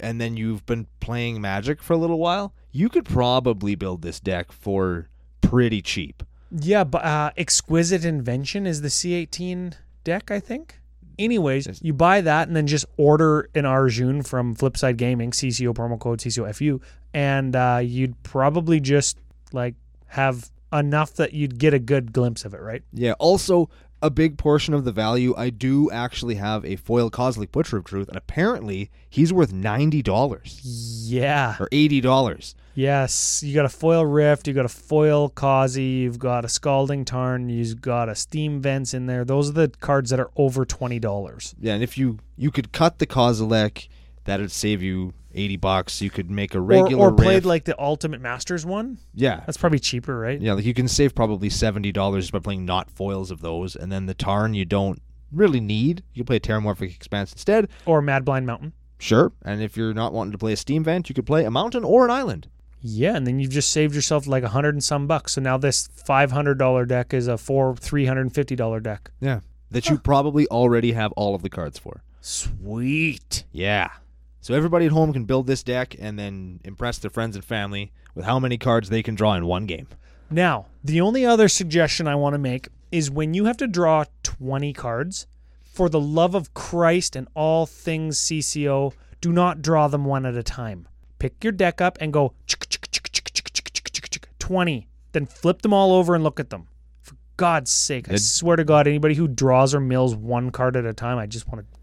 Speaker 1: and then you've been playing Magic for a little while, you could probably build this deck for pretty cheap.
Speaker 2: Yeah, but uh, Exquisite Invention is the C18 deck, I think. Anyways, you buy that and then just order an Arjun from Flipside Gaming, CCO promo code CCOFU, and uh, you'd probably just like have enough that you'd get a good glimpse of it, right?
Speaker 1: Yeah. Also, a big portion of the value, I do actually have a foil Cosmic Butcher of Truth, and apparently he's worth ninety dollars
Speaker 2: Yeah.
Speaker 1: or eighty dollars.
Speaker 2: Yes, you got a foil rift, you got a foil Kazi, you've got a scalding tarn, you've got a steam vents in there. Those are the cards that are over twenty dollars.
Speaker 1: Yeah, and if you you could cut the Kozilek, that'd save you eighty bucks. You could make a regular
Speaker 2: or, or played
Speaker 1: riff.
Speaker 2: like the ultimate masters one.
Speaker 1: yeah,
Speaker 2: That's probably cheaper, right?
Speaker 1: yeah. Like you can save probably seventy dollars by playing not foils of those, and then the Tarn you don't really need. You can play Terramorphic Expanse instead,
Speaker 2: Or Mad Blind Mountain.
Speaker 1: sure. And if you're not wanting to play a steam vent, you could play a mountain or an island.
Speaker 2: Yeah, and then you've just saved yourself like a hundred and some bucks. So now this five hundred dollar deck is a four three hundred and fifty dollar deck.
Speaker 1: Yeah, that you probably already have all of the cards for.
Speaker 2: Sweet.
Speaker 1: Yeah, So everybody at home can build this deck and then impress their friends and family with how many cards they can draw in one game.
Speaker 2: Now, the only other suggestion I want to make is when you have to draw 20 cards, for the love of Christ and all things CCO, do not draw them one at a time. Pick your deck up and go chick, chick, chick, chick, chick, chick, chick, chick, chick, 20. Then flip them all over and look at them. For God's sake, I
Speaker 1: It-
Speaker 2: swear to God, anybody who draws or mills one card at a time, I just want to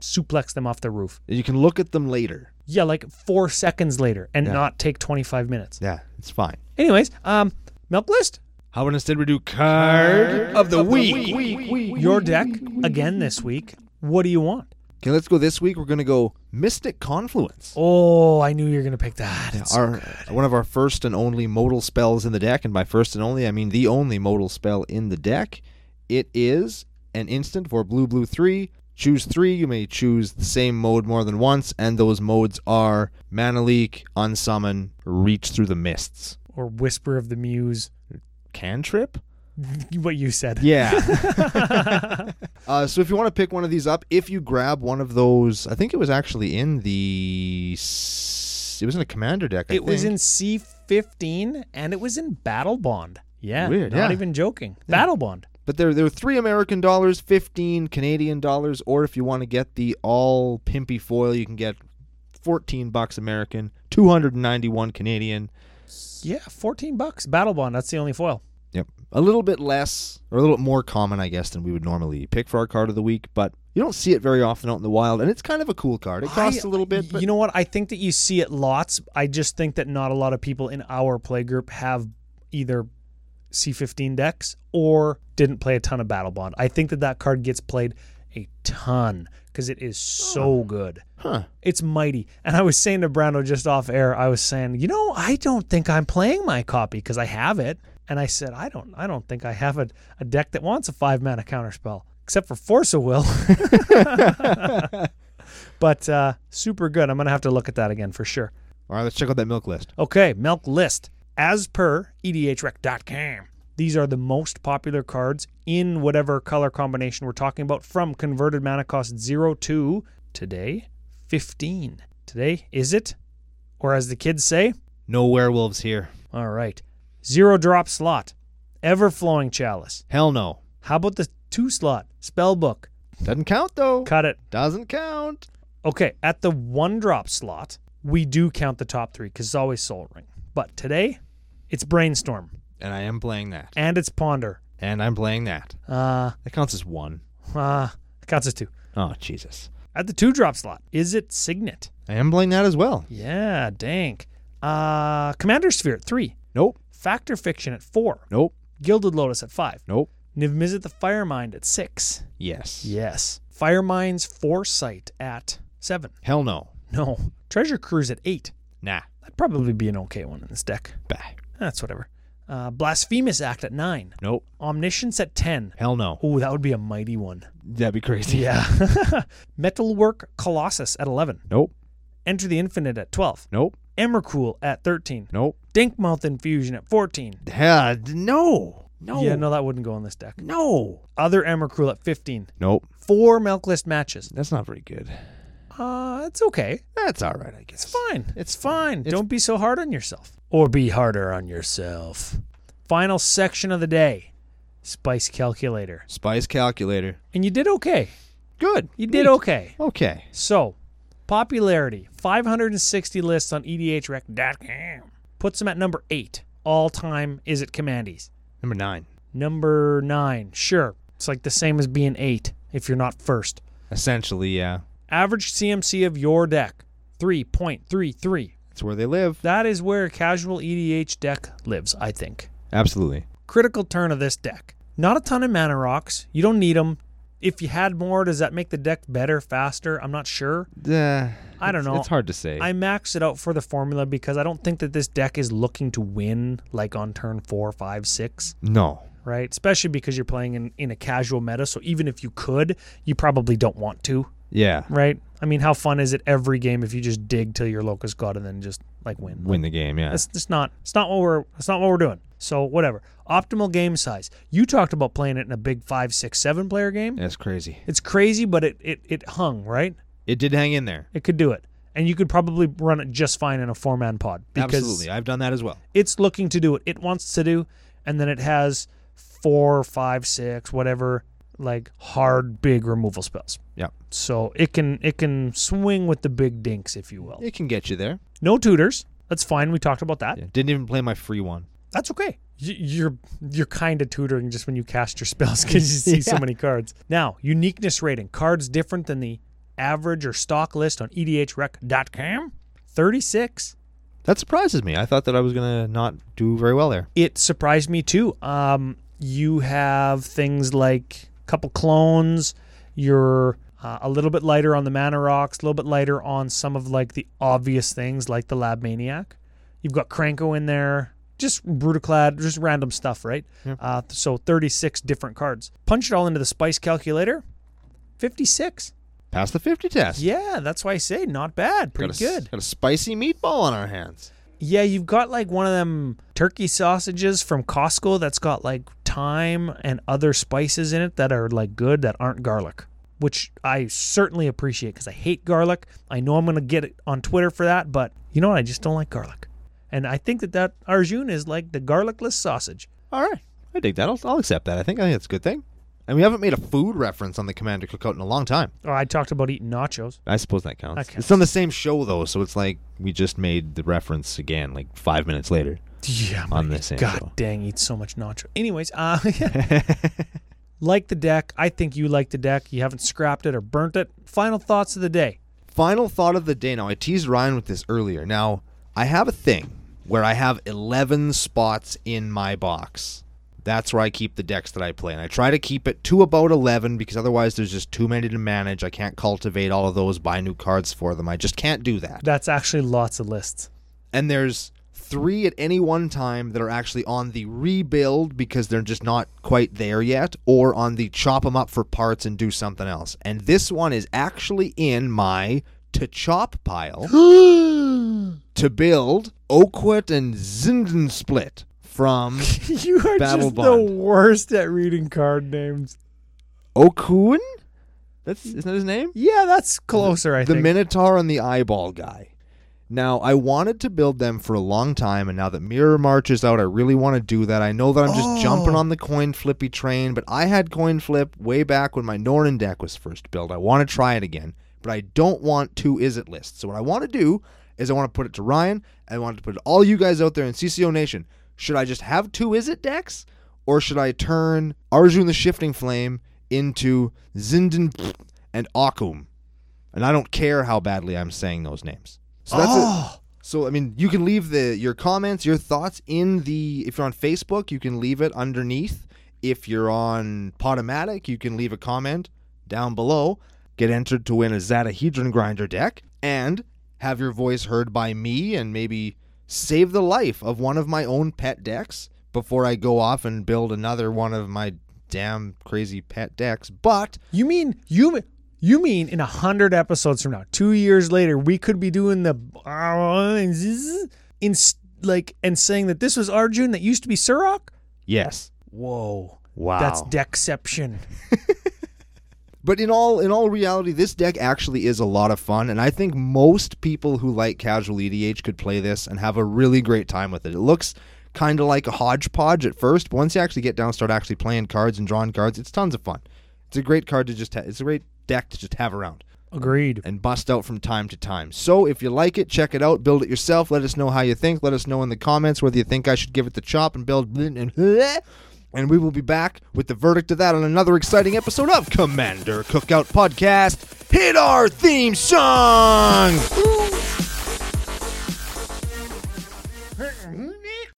Speaker 2: suplex them off the roof.
Speaker 1: You can look at them later.
Speaker 2: Yeah, like four seconds later and
Speaker 1: Yeah.
Speaker 2: not take 25 minutes.
Speaker 1: Yeah, it's fine.
Speaker 2: Anyways, um, milk list.
Speaker 1: How about instead we do card of the week?
Speaker 2: your deck again this week. What do you want?
Speaker 1: Okay, let's go this week. We're going to go Mystic Confluence.
Speaker 2: Oh, I knew you were gonna pick that. It's-
Speaker 1: our one of our first and only modal spells in the deck, and by first and only I mean the only modal spell in the deck. It is an instant for blue blue three. Choose three. You may choose the same mode more than once, and those modes are mana leak, unsummon, reach through the mists,
Speaker 2: or Whisper of the Muse.
Speaker 1: cantrip.
Speaker 2: What you said.
Speaker 1: Yeah. uh, so if you want to pick one of these up, if you grab one of those, I think it was actually in the. s- It was in a commander deck. I
Speaker 2: It was
Speaker 1: think.
Speaker 2: in C fifteen and it was in Battle Bond. Yeah.
Speaker 1: Weird,
Speaker 2: Not
Speaker 1: yeah.
Speaker 2: even joking. Battle Bond.
Speaker 1: But there, there are three American dollars, fifteen Canadian dollars, or if you want to get the all pimpy foil, you can get fourteen bucks American, two hundred and ninety-one Canadian.
Speaker 2: Yeah, fourteen bucks. Battle Bond. That's the only foil.
Speaker 1: Yep, a little bit less or a little bit more common, I guess, than we would normally pick for our card of the week. But you don't see it very often out in the wild, and it's kind of a cool card. It costs
Speaker 2: I-
Speaker 1: a little bit, but
Speaker 2: you know what? I think that you see it lots. I just think that not a lot of people in our play group have either C15 decks or didn't play a ton of Battle Bond. I think that that card gets played a ton because it is so
Speaker 1: Oh.
Speaker 2: good.
Speaker 1: huh?
Speaker 2: It's mighty. And I was saying to Brando just off air, I was saying, you know, I don't think I'm playing my copy because I have it. And I said, I don't I don't think I have a, a deck that wants a five mana counterspell. Except for Force of Will. but uh, super good. I'm gonna have to look at that again for sure.
Speaker 1: All right, let's check out that milk list.
Speaker 2: Okay, milk list. As per E edhrec.com, these are the most popular cards in whatever color combination we're talking about from converted mana cost 0 to today 15. Today is it? Or as the kids say,
Speaker 1: No werewolves here.
Speaker 2: all right, zero drop slot, ever flowing chalice.
Speaker 1: Hell no.
Speaker 2: How about the two slot spell book?
Speaker 1: Doesn't count though.
Speaker 2: Cut it.
Speaker 1: Doesn't count.
Speaker 2: Okay, at the one drop slot, we do count the top three because it's always Soul Ring. But today, it's Brainstorm
Speaker 1: And I am playing that.
Speaker 2: and it's Ponder.
Speaker 1: And I'm playing that.
Speaker 2: Uh,
Speaker 1: That counts as one.
Speaker 2: uh, counts as two.
Speaker 1: Oh Jesus.
Speaker 2: At the two drop slot, is it Signet?
Speaker 1: I am playing that as well.
Speaker 2: Yeah, dank. Uh, Commander Sphere at three.
Speaker 1: Nope.
Speaker 2: Factor Fiction at four.
Speaker 1: Nope.
Speaker 2: Gilded Lotus at five.
Speaker 1: Nope.
Speaker 2: Niv-Mizzet the Firemind at six.
Speaker 1: Yes.
Speaker 2: Yes. Firemind's Foresight at seven.
Speaker 1: Hell no.
Speaker 2: No. Treasure Cruise at eight.
Speaker 1: Nah.
Speaker 2: That'd probably be an okay one in this deck.
Speaker 1: Bah.
Speaker 2: That's whatever. Uh, Blasphemous Act at nine.
Speaker 1: Nope.
Speaker 2: Omniscience at ten.
Speaker 1: Hell no.
Speaker 2: Oh, that would be a mighty one.
Speaker 1: That'd be crazy.
Speaker 2: Yeah. Metalwork Colossus at eleven.
Speaker 1: Nope.
Speaker 2: Enter the Infinite at 12,
Speaker 1: Nope.
Speaker 2: Emmercool at 13,
Speaker 1: Nope.
Speaker 2: Dinkmouth Infusion at 14.
Speaker 1: Yeah, d- no. No.
Speaker 2: Yeah, no, that wouldn't go on this deck.
Speaker 1: No.
Speaker 2: Other Emmercool at 15.
Speaker 1: Nope.
Speaker 2: Four Melk List matches.
Speaker 1: That's not very good.
Speaker 2: Uh, it's okay.
Speaker 1: That's all right, I guess.
Speaker 2: Fine.
Speaker 1: It's
Speaker 2: fine. Don't be so hard on yourself. Or be harder on yourself. Final section of the day Spice Calculator.
Speaker 1: Spice calculator.
Speaker 2: And you did okay.
Speaker 1: Good.
Speaker 2: You did
Speaker 1: Neat.
Speaker 2: okay.
Speaker 1: Okay.
Speaker 2: So, popularity 560 lists on E edhrec.com. Puts them at number eight all time is it Commandees.
Speaker 1: Number nine.
Speaker 2: Number nine, sure. It's like the same as being eight if you're not first.
Speaker 1: Essentially, yeah.
Speaker 2: Average CMC of your deck, 3.33.
Speaker 1: That's where they live.
Speaker 2: That is where a casual EDH deck lives, I think.
Speaker 1: Absolutely.
Speaker 2: Critical turn of this deck. Not a ton of mana rocks. You don't need them. If you had more, does that make the deck better, faster? I'm not sure.
Speaker 1: Uh,
Speaker 2: I don't know.
Speaker 1: It's hard to say.
Speaker 2: I max it out for the formula because I don't think that this deck is looking to win like on turn four, five, six.
Speaker 1: no.
Speaker 2: right? Especially because you're playing in, in a casual meta. So even if you could, you probably don't want to,
Speaker 1: Yeah.
Speaker 2: right? I mean, how fun is it every game if you just dig till your locust god and then just like win?
Speaker 1: Win the game, yeah.
Speaker 2: That's just not it's not what we're it's not what we're doing. So whatever. Optimal game size. You talked about playing it in a big five, six, seven player game.
Speaker 1: That's crazy.
Speaker 2: It's crazy, but it it, it hung, right?
Speaker 1: It did hang in there.
Speaker 2: It could do it. And you could probably run it just fine in a four man pod because
Speaker 1: Absolutely. I've done that as well.
Speaker 2: it's looking to do it. It wants to do, and then it has four, five, six, whatever, like hard big removal spells.
Speaker 1: Yeah.
Speaker 2: So it can it can swing with the big dinks, if you will.
Speaker 1: It can get you there.
Speaker 2: No tutors. That's fine. We talked about that.
Speaker 1: Yeah. Didn't even play my free one.
Speaker 2: That's okay. Y- You're you're kind of tutoring just when you cast your spells because you see so
Speaker 1: Yeah.
Speaker 2: many cards. Now, uniqueness rating. Cards different than the average or stock list on edhrec.com. 36.
Speaker 1: That surprises me. I thought that I was going to not do very well there.
Speaker 2: it surprised me too. Um, you have things like a couple clones. You're uh, a little bit lighter on the mana rocks, a little bit lighter on some of like the obvious things like the lab maniac. You've got Cranko in there, just Brutaclad, just random stuff, right? Uh, so 36 different cards. Punch it all into the spice calculator. 56.
Speaker 1: Pass the 50 test.
Speaker 2: Yeah, that's why I say not bad.
Speaker 1: got a,
Speaker 2: Pretty
Speaker 1: s-
Speaker 2: good.
Speaker 1: Got a spicy meatball on our hands.
Speaker 2: Yeah, you've got like one of them turkey sausages from Costco that's got like thyme and other spices in it that are like good that aren't garlic, which I certainly appreciate because I hate garlic. I know I'm going to get it on Twitter for that, but you know what? I just don't like garlic. And I think that that Arjun is like the garlicless sausage.
Speaker 1: All right. I dig that. I'll, I'll accept that. I think I think that's a good thing. And we haven't made a food reference on the Commander Cookout in a long time.
Speaker 2: Oh, I talked about eating nachos.
Speaker 1: I suppose that counts.
Speaker 2: That counts.
Speaker 1: It's on the same show though, so it's like we just made the reference again, like five minutes later.
Speaker 2: Yeah,
Speaker 1: On
Speaker 2: my
Speaker 1: the same
Speaker 2: God
Speaker 1: show.
Speaker 2: dang, eat so much nacho. Anyways, uh, like the deck. I think you like the deck. You haven't scrapped it or burnt it. Final thoughts of the day.
Speaker 1: Final thought of the day. Now I teased Ryan with this earlier. Now I have a thing where I have eleven spots in my box. That's where I keep the decks that I play, and I try to keep it to about eleven because otherwise there's just too many to manage. I can't cultivate all of those, buy new cards for them. I just can't do that.
Speaker 2: That's actually lots of lists.
Speaker 1: and there's three at any one time that are actually on the rebuild because they're just not quite there yet, or on the chop them up for parts and do something else. And this one is actually in my to chop pile to build Oakwit and Zinden Split from
Speaker 2: you are
Speaker 1: Battle
Speaker 2: just the
Speaker 1: Bond.
Speaker 2: worst at reading card names.
Speaker 1: Okun. That's isn't that his name?
Speaker 2: Yeah, that's closer, I
Speaker 1: the
Speaker 2: think.
Speaker 1: Minotaur and the Eyeball guy. Now, I wanted to build them for a long time, and now that Mirror March is out, I really want to do that. I know that I'm just
Speaker 2: Oh.
Speaker 1: jumping on the coin flippy train, but I had coin flip way back when my Nornin deck was first built. I want to try it again, but I don't want to is it list. So what I want to do is I want to put it to Ryan. I want to put it to all you guys out there in CCO Nation. Should I just have two is it decks, or should I turn Arjun the Shifting Flame into Zinden and Akum? and I don't care how badly I'm saying those names. So that's
Speaker 2: oh,
Speaker 1: it. So I mean, you can leave the your comments, your thoughts in the if you're on Facebook, you can leave it underneath. If you're on Podomatic, you can leave a comment down below. Get entered to win a Zatahedron grinder deck and have your voice heard by me and maybe save the life of one of my own pet decks before I go off and build another one of my damn crazy pet decks. But
Speaker 2: you mean you mean you mean in a hundred episodes from now, two years later, we could be doing the in like and saying that this was Arjun that used to be Surak.
Speaker 1: yes.
Speaker 2: Whoa,
Speaker 1: Wow.
Speaker 2: that's deception.
Speaker 1: But in all in all reality, this deck actually is a lot of fun, and I think most people who like casual EDH could play this and have a really great time with it. It looks kind of like a hodgepodge at first, but once you actually get down, and start actually playing cards and drawing cards, it's tons of fun. It's a great card to just ha- it's a great deck to just have around
Speaker 2: Agreed.
Speaker 1: and bust out from time to time. So if you like it, check it out, build it yourself. Let us know how you think. Let us know in the comments whether you think I should give it the chop and build. And and we will be back with the verdict of that on another exciting episode of Commander Cookout Podcast. Hit our theme song.